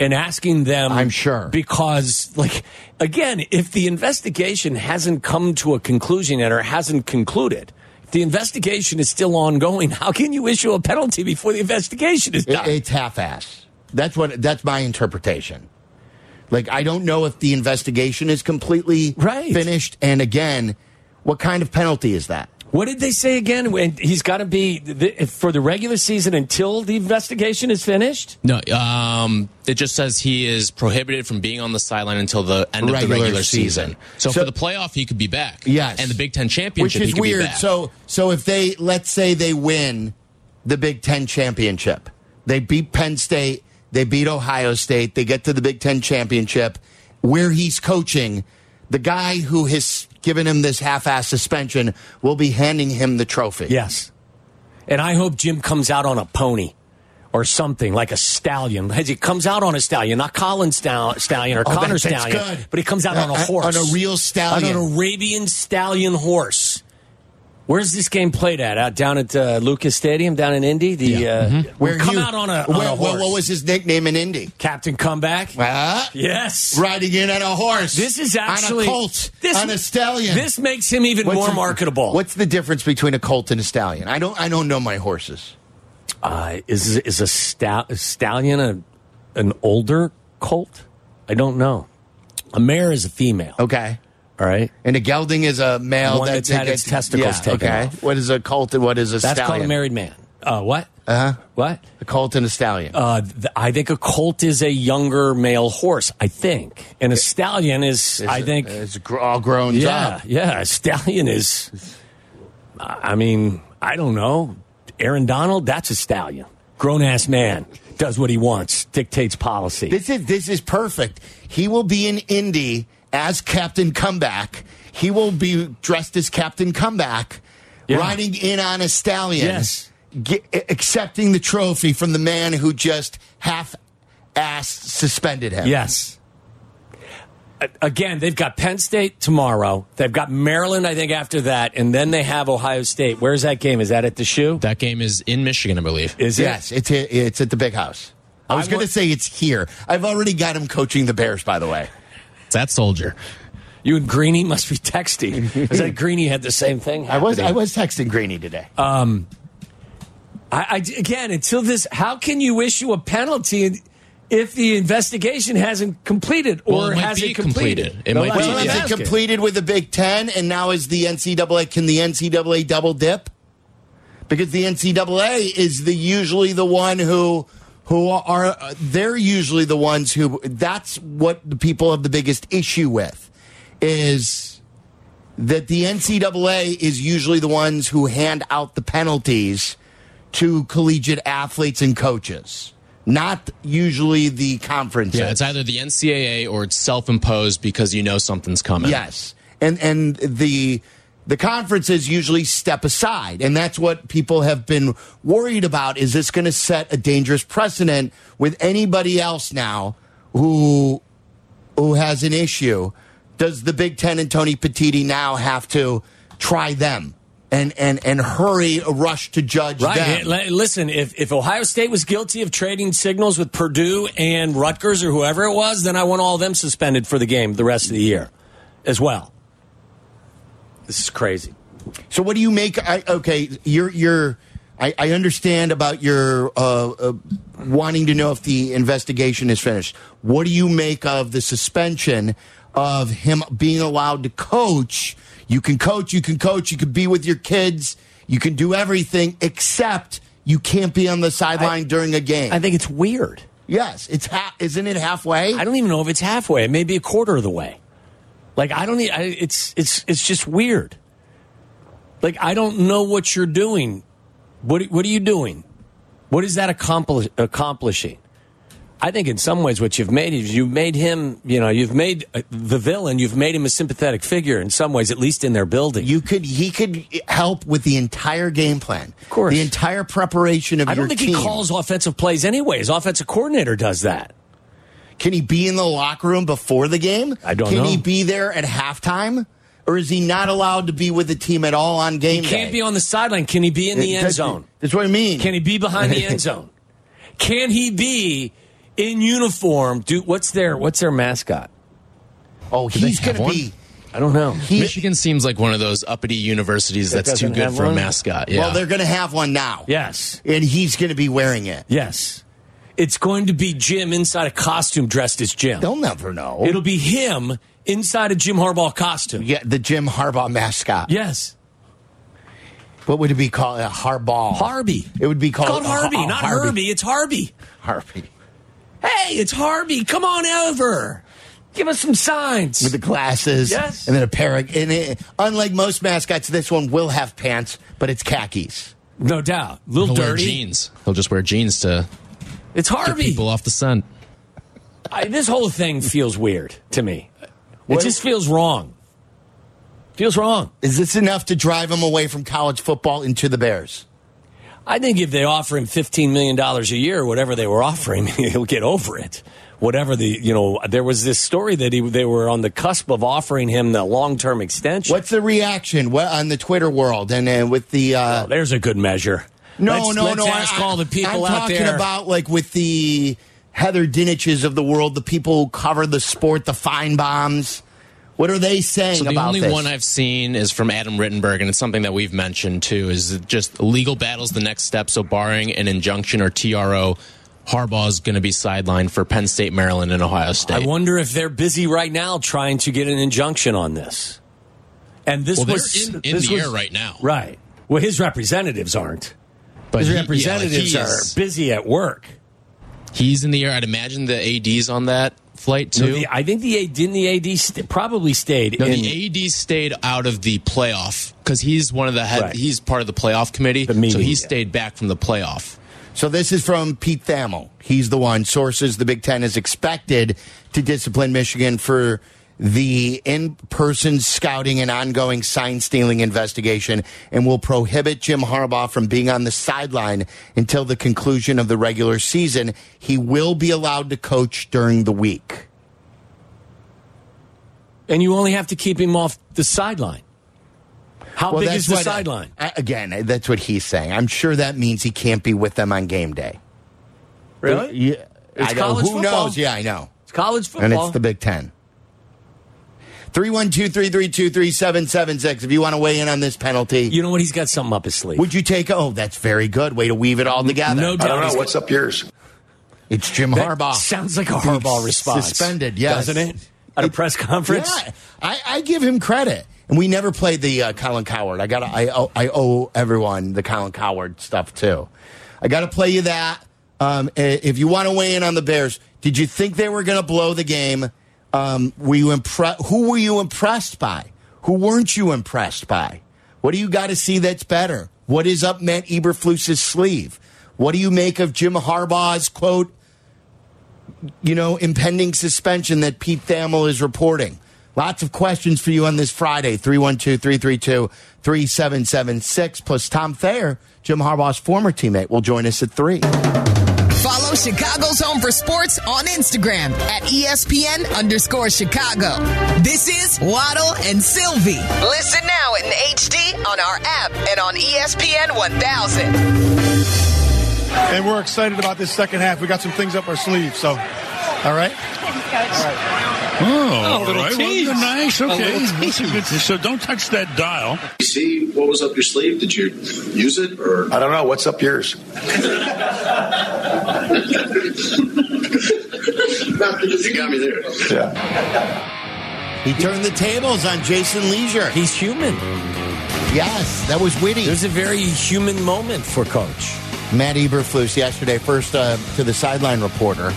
Speaker 5: and asking them.
Speaker 6: I'm sure.
Speaker 5: Because, like, again, if the investigation hasn't come to a conclusion yet or hasn't concluded, if the investigation is still ongoing, how can you issue a penalty before the investigation is
Speaker 6: It,
Speaker 5: done?
Speaker 6: it's half-ass. That's what. That's my interpretation. Like, I don't know if the investigation is completely
Speaker 5: Right.
Speaker 6: finished. And again, what kind of penalty is that?
Speaker 5: what did they say again? When He's got to be th- for the regular season until the investigation is finished?
Speaker 12: No, um, it just says he is prohibited from being on the sideline until the end of the
Speaker 6: Regular
Speaker 12: regular season.
Speaker 6: season.
Speaker 12: So,
Speaker 6: So-
Speaker 12: for the playoff, he could be back.
Speaker 6: Yes.
Speaker 12: and the Big Ten championship,
Speaker 6: which
Speaker 12: he
Speaker 6: is
Speaker 12: could be
Speaker 6: weird.
Speaker 12: back.
Speaker 6: So, so if they let's say they win the Big Ten championship, they beat Penn State, they beat Ohio State, they get to the Big Ten championship, where he's coaching, the guy who has given him this half-ass suspension will be handing him the trophy.
Speaker 5: Yes. And I hope Jim comes out on a pony or something like a stallion. He comes out on a stallion, not Colin's stall- stallion or
Speaker 6: Oh, that-
Speaker 5: Connor's
Speaker 6: that's
Speaker 5: stallion,
Speaker 6: good.
Speaker 5: but he comes out on
Speaker 6: Uh,
Speaker 5: a
Speaker 6: uh,
Speaker 5: horse.
Speaker 6: on a real stallion.
Speaker 5: On an Arabian stallion horse. Where's this game played at? Out down at uh, Lucas Stadium down in Indy? The uh,
Speaker 6: Mm-hmm. Where
Speaker 5: come
Speaker 6: you-
Speaker 5: out on a, on
Speaker 6: where-
Speaker 5: a horse.
Speaker 6: What, what was his nickname in Indy?
Speaker 5: Captain Comeback?
Speaker 6: Uh,
Speaker 5: Yes.
Speaker 6: Riding in on a horse.
Speaker 5: This is actually
Speaker 6: on a colt,
Speaker 5: this-
Speaker 6: on a stallion.
Speaker 5: This makes him even
Speaker 6: What's
Speaker 5: more
Speaker 6: the-
Speaker 5: marketable.
Speaker 6: What's the difference between a colt and a stallion? I don't. I don't know my horses.
Speaker 5: Uh, is is a, sta- a stallion a, an older colt? I don't know. A mare is a female.
Speaker 6: Okay.
Speaker 5: All right.
Speaker 6: And a gelding is a male
Speaker 5: One
Speaker 6: that,
Speaker 5: that's
Speaker 6: that
Speaker 5: had its
Speaker 6: gets-
Speaker 5: testicles
Speaker 6: yeah,
Speaker 5: taken
Speaker 6: Okay.
Speaker 5: off.
Speaker 6: What is a colt and what is a
Speaker 5: That's
Speaker 6: stallion?
Speaker 5: called a married man. Uh, what?
Speaker 6: Uh huh.
Speaker 5: What?
Speaker 6: A colt and a stallion.
Speaker 5: Uh, th- I think a colt is a younger male horse. I think, and a stallion is.
Speaker 6: It's
Speaker 5: I
Speaker 6: a-
Speaker 5: think.
Speaker 6: it's gr- all grown
Speaker 5: yeah,
Speaker 6: up.
Speaker 5: yeah. A stallion is. I I mean, I don't know. Aaron Donald, that's a stallion. Grown ass man does what he wants, dictates policy.
Speaker 6: This is this is perfect. He will be in Indy as Captain Comeback. He will be dressed as Captain Comeback,
Speaker 5: Yeah.
Speaker 6: riding in on a stallion.
Speaker 5: Yes.
Speaker 6: ge- accepting the trophy from the man who just half ass suspended him.
Speaker 5: Yes. again, they've got Penn State tomorrow. They've got Maryland, I think, after that, and then they have Ohio State. Where's that game? Is that at the shoe?
Speaker 12: That game is in Michigan, I believe.
Speaker 5: Is
Speaker 6: yes,
Speaker 5: it?
Speaker 6: it's it's at the big house. I was
Speaker 5: I
Speaker 6: going
Speaker 5: wa-
Speaker 6: to say it's here. I've already got him coaching the Bears, by the way.
Speaker 12: It's that soldier.
Speaker 5: You and Greeny must be texting. Is that Greeny had the same thing?
Speaker 6: I was I
Speaker 5: happening.
Speaker 6: was texting Greeny today.
Speaker 5: I, I- again until this. How can you issue a penalty if the investigation hasn't completed or
Speaker 12: Well, it might
Speaker 5: hasn't
Speaker 12: be
Speaker 5: completed?
Speaker 12: completed. It
Speaker 5: No,
Speaker 12: might
Speaker 5: that's
Speaker 12: be,
Speaker 5: what
Speaker 6: well,
Speaker 5: I'm
Speaker 6: is
Speaker 12: yeah.
Speaker 6: it
Speaker 5: asking.
Speaker 6: completed with the Big Ten, and now is the NCAA? Can the NCAA double dip? Because the NCAA is the usually the one who who are uh, they're usually the ones who that's what the people have the biggest issue with is that the NCAA is usually the ones who hand out the penalties to collegiate athletes and coaches, not usually the conferences.
Speaker 12: Yeah, it's either the NCAA or it's self-imposed because you know something's coming.
Speaker 6: Yes, and and the the conferences usually step aside, and that's what people have been worried about. Is this going to set a dangerous precedent with anybody else now who who has an issue? Does the Big Ten and Tony Petiti now have to try them and and and hurry a rush to judge
Speaker 5: Right.
Speaker 6: them?
Speaker 5: Hey, li- Listen, if, if Ohio State was guilty of trading signals with Purdue and Rutgers or whoever it was, then I want all of them suspended for the game the rest of the year as well. This is crazy.
Speaker 6: So what do you make? I, okay, you're you're. I, I understand about your uh, uh, wanting to know if the investigation is finished. What do you make of the suspension of him being allowed to coach? You can coach, you can coach, you can be with your kids, you can do everything except you can't be on the sideline during a game.
Speaker 5: I think it's weird.
Speaker 6: yes, it's ha- isn't it halfway?
Speaker 5: I don't even know if it's halfway. It may be a quarter of the way. Like I don't. e- I, it's it's it's just weird. Like I don't know what you're doing. What what are you doing? What is that accompli- accomplishing? I think in some ways what you've made is you've made him. You know, you've made uh, the villain. You've made him a sympathetic figure in some ways, at least in their building.
Speaker 6: You could he could help with the entire game plan, of
Speaker 5: course.
Speaker 6: the entire preparation of
Speaker 5: I don't
Speaker 6: your
Speaker 5: think he
Speaker 6: team.
Speaker 5: calls offensive plays anyway. His offensive coordinator does that.
Speaker 6: Can he be in the locker room before the game?
Speaker 5: I don't
Speaker 6: Can
Speaker 5: know.
Speaker 6: he be there at halftime? Or is he not allowed to be with the team at all on game day?
Speaker 5: Can't be on the sideline. Can he be in the end
Speaker 6: That's-
Speaker 5: zone?
Speaker 6: That's what I mean.
Speaker 5: Can he be behind the end zone? Can he be in uniform? Do what's their what's their mascot?
Speaker 6: oh, he's going
Speaker 12: have
Speaker 6: to
Speaker 12: one?
Speaker 6: be.
Speaker 5: I don't know.
Speaker 6: He,
Speaker 12: Michigan seems like one of those uppity universities
Speaker 5: That
Speaker 12: that's too
Speaker 5: doesn't
Speaker 12: good
Speaker 5: have
Speaker 12: for a
Speaker 5: one?
Speaker 12: mascot. Yeah.
Speaker 6: Well, they're going to have one now.
Speaker 5: Yes,
Speaker 6: And he's going to be wearing it.
Speaker 5: yes. It's going to be Jim inside a costume dressed as Jim.
Speaker 6: They'll never know.
Speaker 5: It'll be him inside a Jim Harbaugh costume.
Speaker 6: yeah, the Jim Harbaugh mascot.
Speaker 5: Yes,
Speaker 6: What would it be called? A Harbaugh.
Speaker 5: Harvey.
Speaker 6: It would be
Speaker 5: It's
Speaker 6: called,
Speaker 5: called
Speaker 6: a-
Speaker 5: Harvey,
Speaker 6: a
Speaker 5: not
Speaker 6: Harvey.
Speaker 5: Herbie. It's Harvey.
Speaker 6: Harvey.
Speaker 5: Hey, it's Harvey. Come on over. Give us some signs.
Speaker 6: With the glasses.
Speaker 5: Yes.
Speaker 6: And then a pair of. And it, unlike most mascots, this one will have pants, but it's khakis.
Speaker 5: no doubt, a little
Speaker 12: He'll wear
Speaker 5: dirty.
Speaker 12: jeans. He'll just wear jeans to
Speaker 5: It's
Speaker 12: get
Speaker 5: Harvey.
Speaker 12: people off the sun.
Speaker 5: I, this whole thing feels weird to me. It just feels wrong. Feels wrong.
Speaker 6: Is this enough to drive him away from college football into the Bears?
Speaker 5: I think if they offer him fifteen million dollars a year, whatever they were offering, he'll get over it. Whatever the you know, there was this story that he they were on the cusp of offering him the long term extension.
Speaker 6: What's the reaction what, on the Twitter world and uh, with the? Uh,
Speaker 5: Well, there's a good measure.
Speaker 6: no,
Speaker 5: Let's-
Speaker 6: no,
Speaker 5: let's
Speaker 6: no.
Speaker 5: Ask all the people
Speaker 6: I'm
Speaker 5: out
Speaker 6: talking
Speaker 5: there.
Speaker 6: about like with the Heather Diniches of the world, the people who cover the sport, the fine bombs. What are they saying
Speaker 12: So the
Speaker 6: about
Speaker 12: only
Speaker 6: this?
Speaker 12: one I've seen is from Adam Rittenberg, and it's something that we've mentioned too. Is just legal battles the next step? So barring an injunction or TRO, Harbaugh's going to be sidelined for Penn State, Maryland, and Ohio State.
Speaker 5: I wonder if they're busy right now trying to get an injunction on this. And this
Speaker 12: well, they're
Speaker 5: was
Speaker 12: in, in
Speaker 5: this
Speaker 12: the
Speaker 5: was-
Speaker 12: air right now,
Speaker 5: Right. Well, his representatives aren't.
Speaker 12: but
Speaker 5: His
Speaker 12: he- yeah, like,
Speaker 5: representatives
Speaker 12: he
Speaker 5: are
Speaker 12: is-
Speaker 5: busy at work.
Speaker 12: He's in the air. I'd imagine the AD's on that flight
Speaker 5: No,
Speaker 12: too.
Speaker 5: the- I think the A didn't the AD st- probably stayed.
Speaker 12: No,
Speaker 5: in,
Speaker 12: the AD stayed out of the playoff because he's one of the head.
Speaker 5: Right.
Speaker 12: He's part of the playoff committee,
Speaker 5: The meeting,
Speaker 12: so he
Speaker 5: yeah.
Speaker 12: stayed back from the playoff.
Speaker 6: So this is from Pete Thamel. He's the one. Sources: The Big Ten is expected to discipline Michigan for the in-person scouting and ongoing sign-stealing investigation, and will prohibit Jim Harbaugh from being on the sideline until the conclusion of the regular season. He will be allowed to coach during the week.
Speaker 5: and you only have to keep him off the sideline. How
Speaker 6: Well,
Speaker 5: big
Speaker 6: that's
Speaker 5: is the
Speaker 12: uh,
Speaker 6: what-
Speaker 5: sideline?
Speaker 6: I- again, that's what he's saying. I'm sure that means he can't be with them on game day. Yeah,
Speaker 5: It's
Speaker 6: I know.
Speaker 5: college
Speaker 6: Who
Speaker 5: football.
Speaker 6: knows? Yeah, I know.
Speaker 5: It's college football.
Speaker 6: And it's the Big Ten. 312 332 3776. If you want to weigh in on this penalty,
Speaker 5: you know what? He's got something up his sleeve.
Speaker 6: would you take? Oh, that's very good. Way to weave it all together.
Speaker 5: No doubt. he's-
Speaker 8: What's up yours?
Speaker 6: It's Jim
Speaker 5: that
Speaker 6: Harbaugh.
Speaker 5: Sounds like a Harbaugh response.
Speaker 6: Suspended, yes.
Speaker 5: Doesn't it? At a press conference?
Speaker 6: Yeah, I, I give him credit. And we never played the uh, Colin Coward. I got I owe, I owe everyone the Colin Coward stuff too. I got to play you that. Um, i- if you want to weigh in on the Bears, did you think they were going to blow the game? Um, were you impre- Who were you impressed by? Who weren't you impressed by? What do you got to see that's better? What is up Matt Eberflus's sleeve? What do you make of Jim Harbaugh's quote? you know, impending suspension that Pete Thamel is reporting. Lots of questions for you on this Friday, 312 332 3776. Plus, Tom Thayer, Jim Harbaugh's former teammate, will join us at 3.
Speaker 2: Follow Chicago's Home for Sports on Instagram at E ESPN underscore Chicago. This is Waddle and Sylvie. Listen now in HD on our app and on E ESPN 1000.
Speaker 9: And we're excited about this second half. We got some things up our sleeve. So, all right.
Speaker 13: Oh, all
Speaker 7: little
Speaker 13: right. Well,
Speaker 7: tease.
Speaker 13: you're nice.
Speaker 7: A
Speaker 13: Okay.
Speaker 7: little
Speaker 13: That's a good thing. So don't touch that dial.
Speaker 8: You see what was up your sleeve? Did you use it or? I don't know. What's up yours? you got me there. Yeah.
Speaker 6: He turned the tables on Jason Leisure.
Speaker 5: He's human.
Speaker 6: Yes, that was witty.
Speaker 5: It was a very human moment for Coach.
Speaker 6: Matt Eberflus yesterday, first uh, to the sideline reporter,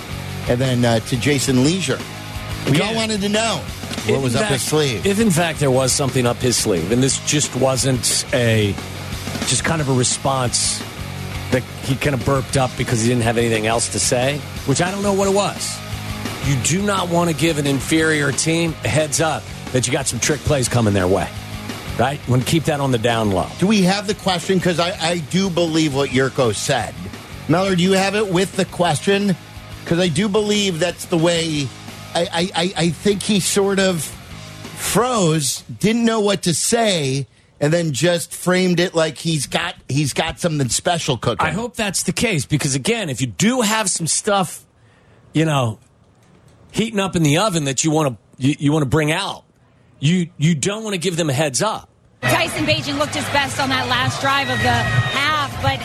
Speaker 6: and then uh, to Jason Leisure. We all wanted to know what
Speaker 5: If
Speaker 6: was
Speaker 5: in
Speaker 6: up his
Speaker 5: fact-
Speaker 6: sleeve.
Speaker 5: If in fact there was something up his sleeve, and this just wasn't a just kind of a response that he kind of burped up because he didn't have anything else to say, which I don't know what it was. You do not want to give an inferior team a heads up that you got some trick plays coming their way, right? You want to keep that on the down low.
Speaker 6: Do we have the question? Because I, I do believe what Yurko said. Mellor, do you have it with the question? Because I do believe that's the way. I, I, I, I think he sort of froze, didn't know what to say, and then just framed it like he's got he's got something special cooking.
Speaker 5: I hope that's the case because again, if you do have some stuff, you know, heating up in the oven that you want to you, you want to bring out, you you don't want to give them a heads up.
Speaker 14: Tyson Beijing looked his best on that last drive of the half, but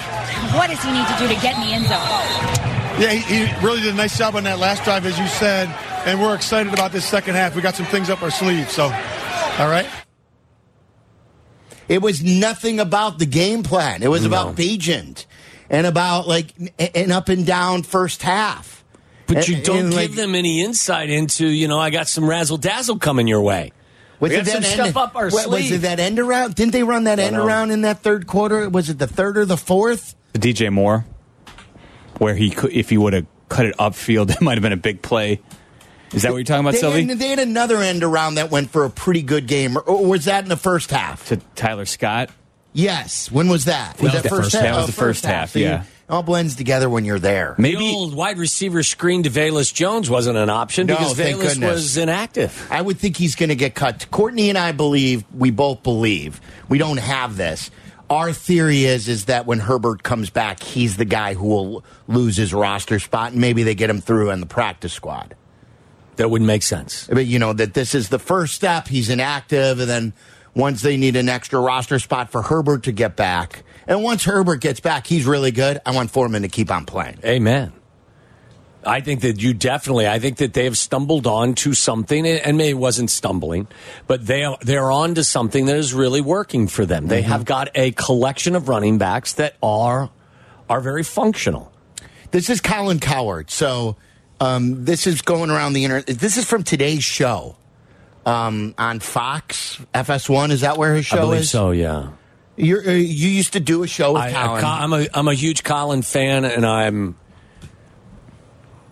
Speaker 14: what does he need to do to get in the end zone?
Speaker 9: Yeah, he, he really did a nice job on that last drive, as you said. And we're excited about this second half. We got some things up our sleeve. So, all right.
Speaker 6: It was nothing about the game plan. It was about Bajent and about like n- an up and down first half.
Speaker 5: But you
Speaker 6: And-
Speaker 5: don't
Speaker 6: and,
Speaker 5: give
Speaker 6: like,
Speaker 5: them any insight into, you know, I got some razzle dazzle coming your way.
Speaker 6: Was
Speaker 5: We
Speaker 6: it
Speaker 5: got some
Speaker 6: that end-
Speaker 5: stuff up our
Speaker 6: wa- Was it
Speaker 5: sleeve.
Speaker 6: that end around? Didn't they run that end around in that third quarter? Was it the third or the fourth?
Speaker 15: The DJ Moore, where he could, if he would have cut it upfield, it might have been a big play. Is that what you're talking about,
Speaker 6: They
Speaker 15: Sylvie?
Speaker 6: had, they had another end around that went for a pretty good game, or, or was that in the first half?
Speaker 15: to Tyler Scott.
Speaker 6: Yes. When was that?
Speaker 15: That was the first- that was
Speaker 6: Oh,
Speaker 15: the first half,
Speaker 6: So you-
Speaker 15: yeah.
Speaker 6: it all blends together when you're there.
Speaker 5: Maybe the old wide receiver screen to Valus Jones wasn't an option
Speaker 6: No,
Speaker 5: because
Speaker 6: thank
Speaker 5: Valus
Speaker 6: goodness.
Speaker 5: was inactive.
Speaker 6: I would think he's going to get cut. Courtney and I believe we both believe we don't have this. Our theory is is that when Herbert comes back, he's the guy who will lose his roster spot, and maybe they get him through on the practice squad.
Speaker 5: That wouldn't make sense.
Speaker 6: But you know that this is the first step. He's inactive, and then once they need an extra roster spot for Herbert to get back, and once Herbert gets back, he's really good. I want Foreman to keep on playing.
Speaker 5: Amen. I think that you definitely. I think that they have stumbled on to something, and maybe it wasn't stumbling, but they are, they're on to something that is really working for them. They have got a collection of running backs that are are very functional.
Speaker 6: This is Colin Coward. So um, this is going around the internet. This is from today's show um, on Fox FS1. Is that where his show
Speaker 5: I believe
Speaker 6: is?
Speaker 5: so. Yeah.
Speaker 6: You're, uh, you used to do a show with
Speaker 5: I,
Speaker 6: Colin.
Speaker 5: am a I'm a huge Colin fan, and I'm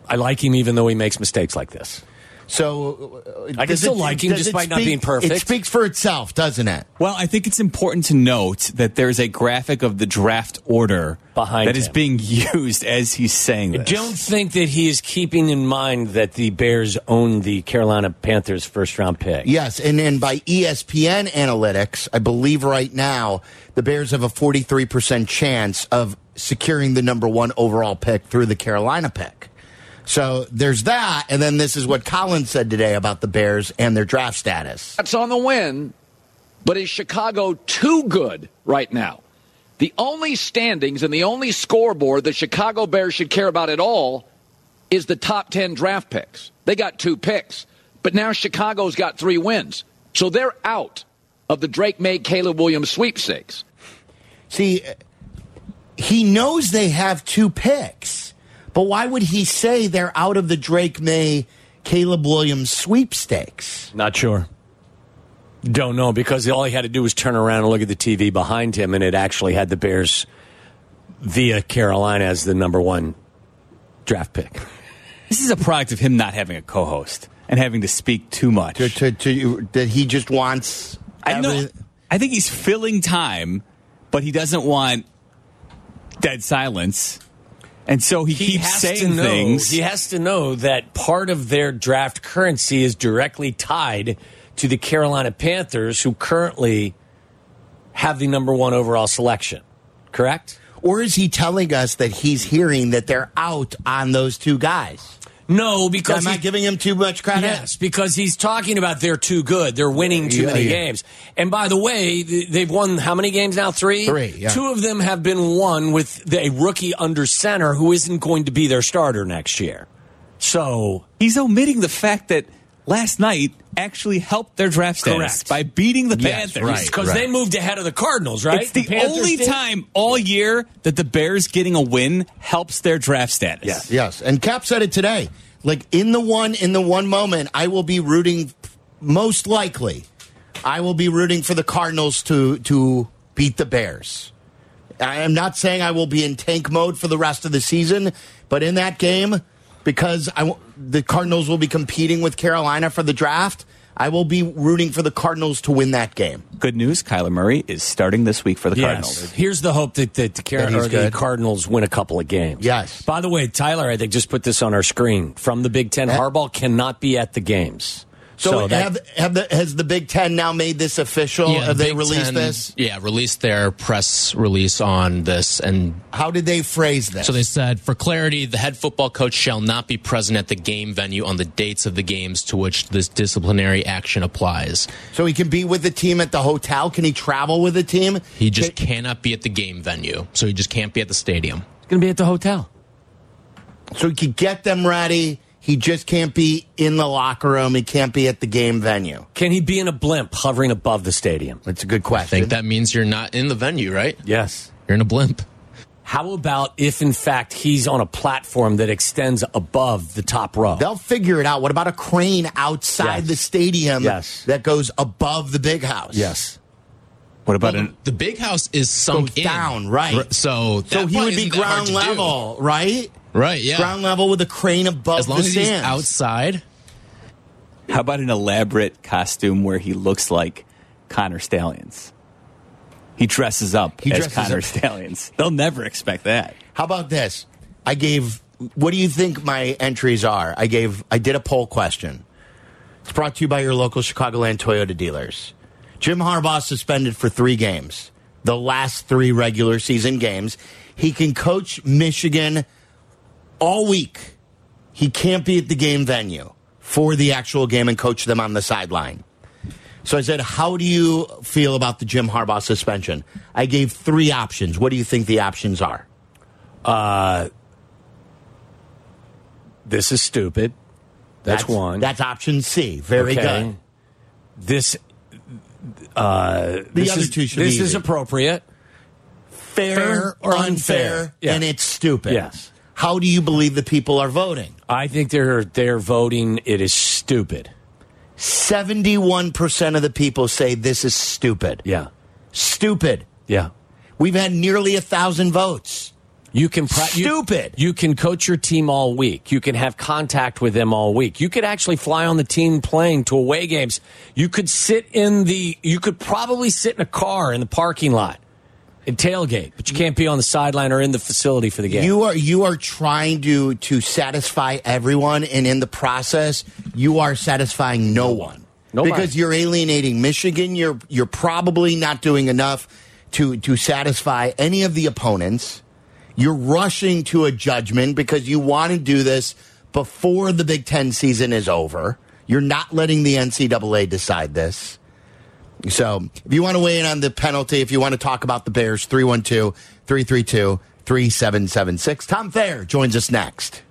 Speaker 5: I like him even though he makes mistakes like this.
Speaker 6: So uh,
Speaker 5: I can
Speaker 6: does
Speaker 5: still like him
Speaker 6: does
Speaker 5: despite not being perfect.
Speaker 6: It speaks for itself, doesn't it?
Speaker 15: Well, I think it's important to note that there's a graphic of the draft order
Speaker 5: Behind
Speaker 15: that is
Speaker 5: him.
Speaker 15: being used as he's saying this.
Speaker 5: Don't think that he is keeping in mind that the Bears own the Carolina Panthers first round pick.
Speaker 6: Yes, and then by E ESPN analytics, I believe right now the Bears have a 43% chance of securing the number 1 overall pick through the Carolina pick. So there's that, and then this is what Colin said today about the Bears and their draft status.
Speaker 16: That's on the win, but is Chicago too good right now? The only standings and the only scoreboard the Chicago Bears should care about at all is the top 10 draft picks. They got two picks, but now Chicago's got three wins. So they're out of the Drake May Caleb Williams sweepstakes.
Speaker 6: See, he knows they have two picks, but why would he say they're out of the Drake May Caleb Williams sweepstakes?
Speaker 5: Not sure. Don't know because all he had to do was turn around and look at the TV behind him, and it actually had the Bears via Carolina as the number one draft pick.
Speaker 15: This is a product of him not having a co-host and having to speak too much.
Speaker 6: To, to, to, that he just wants.
Speaker 15: I know. I think he's filling time, but he doesn't want dead silence, and so he, keeps saying
Speaker 5: know,
Speaker 15: things.
Speaker 5: He has to know that part of their draft currency is directly tied to the Carolina Panthers, who currently have the number one overall selection. Correct?
Speaker 6: Or is he telling us that he's hearing that they're out on those two guys?
Speaker 5: No, because
Speaker 6: am I
Speaker 5: he-
Speaker 6: giving him too much credit?
Speaker 5: Yes, because he's talking about they're too good. They're winning too
Speaker 6: Yeah,
Speaker 5: many
Speaker 6: yeah.
Speaker 5: games. And by the way, th- they've won how many games now? Three?
Speaker 6: Three, yeah.
Speaker 5: Two of them have been won with the- a rookie under center who isn't going to be their starter next year. So
Speaker 15: he's omitting the fact that last night actually helped their draft status
Speaker 5: Correct.
Speaker 15: by beating the
Speaker 5: Yes,
Speaker 15: Panthers
Speaker 5: right, Because right. they moved ahead of the Cardinals, right?
Speaker 15: It's the,
Speaker 5: The Panthers
Speaker 15: only
Speaker 5: did?
Speaker 15: time all year that the Bears getting a win helps their draft status.
Speaker 6: Yes. Yes. And Cap said it today. Like in the one in the one moment, I will be rooting most likely. I will be rooting for the Cardinals to to beat the Bears. I am not saying I will be in tank mode for the rest of the season, but in that game, because I w- the Cardinals will be competing with Carolina for the draft, I will be rooting for the Cardinals to win that game.
Speaker 15: Good news: Kyler Murray is starting this week for the
Speaker 5: Yes.
Speaker 15: Cardinals.
Speaker 5: Here's the hope that, that, the, Car-
Speaker 15: That he's
Speaker 5: or the
Speaker 15: good.
Speaker 5: Cardinals win a couple of games.
Speaker 6: Yes.
Speaker 5: By the way, Tyler, I think just put this on our screen from the Big Ten. Harbaugh cannot be at the games.
Speaker 6: So,
Speaker 5: that-
Speaker 6: have, have the, has the Big Ten now made this official? have they
Speaker 12: Big
Speaker 6: released
Speaker 12: Ten-
Speaker 6: this?
Speaker 12: Yeah, released their press release on this, and
Speaker 6: How did they phrase this?
Speaker 12: so they said, for clarity, the head football coach shall not be present at the game venue on the dates of the games to which this disciplinary action applies.
Speaker 6: So he can be with the team at the hotel. Can he travel with the team?
Speaker 12: He just cannot be at the game venue, so he just can't be at the stadium.
Speaker 5: It's going to be at the hotel.
Speaker 6: So he can get them ready. He just can't be in the locker room. He can't be at the game venue.
Speaker 5: Can he be in a blimp hovering above the stadium?
Speaker 6: That's a good
Speaker 12: I
Speaker 6: question.
Speaker 12: think that means you're not in the venue, right?
Speaker 5: Yes.
Speaker 12: You're in a blimp.
Speaker 5: How about if, in fact, he's on a platform that extends above the top row?
Speaker 6: They'll figure it out. What about a crane outside
Speaker 5: Yes.
Speaker 6: the stadium
Speaker 5: Yes.
Speaker 6: that goes above the big house?
Speaker 5: Yes.
Speaker 15: What about
Speaker 12: Well,
Speaker 15: an?
Speaker 12: the big house is sunk
Speaker 6: Goes
Speaker 12: in.
Speaker 6: down, right.
Speaker 12: R- So,
Speaker 6: So
Speaker 12: that
Speaker 6: he
Speaker 12: part
Speaker 6: would be
Speaker 12: isn't that hard
Speaker 6: ground
Speaker 12: to do.
Speaker 6: level, right?
Speaker 12: Right, yeah.
Speaker 6: Ground level with a crane above
Speaker 12: as long
Speaker 6: the
Speaker 12: as he's
Speaker 6: sand.
Speaker 12: outside.
Speaker 15: How about an elaborate costume where he looks like Connor Stallions? He dresses up
Speaker 6: He
Speaker 15: as
Speaker 6: dresses
Speaker 15: Connor
Speaker 6: up.
Speaker 15: Stallions. They'll never expect that.
Speaker 6: How about this? I gave. What do you think my entries are? I gave. I did a poll question. It's brought to you by your local Chicagoland Toyota dealers. Jim Harbaugh suspended for three games, the last three regular season games. He can coach Michigan all week. He can't be at the game venue for the actual game and coach them on the sideline. So I said, How do you feel about the Jim Harbaugh suspension? I gave three options. What do you think the options are?
Speaker 5: This is stupid. That's, one.
Speaker 6: That's option C. Very
Speaker 5: Okay.
Speaker 6: good.
Speaker 5: This. Uh, the
Speaker 6: other two should be
Speaker 5: This is
Speaker 6: easy.
Speaker 5: appropriate.
Speaker 6: Fair,
Speaker 5: Fair
Speaker 6: or
Speaker 5: or
Speaker 6: unfair,
Speaker 5: unfair. Yeah.
Speaker 6: and it's stupid.
Speaker 5: Yes.
Speaker 6: How do you believe the people are voting?
Speaker 5: I think they're they're voting. It is stupid.
Speaker 6: 71% of the people say this is stupid.
Speaker 5: Yeah.
Speaker 6: Stupid.
Speaker 5: Yeah.
Speaker 6: We've had nearly a thousand votes.
Speaker 5: You can pra- you-
Speaker 17: Stupid.
Speaker 5: You, can coach your team all week. You can have contact with them all week. You could actually fly on the team plane to away games. You could sit in the. You could probably sit in a car in the parking lot and tailgate, but you can't be on the sideline or in the facility for the game.
Speaker 6: You are you are trying to to satisfy everyone, and in the process, you are satisfying no one.
Speaker 5: Nobody.
Speaker 6: Because you're alienating Michigan. You're you're probably not doing enough to to satisfy any of the opponents. You're rushing to a judgment because you want to do this before the Big Ten season is over. You're not letting the NCAA decide this. So if you want to weigh in on the penalty, if you want to talk about the Bears, 312 332 3776. Tom Thayer joins us next.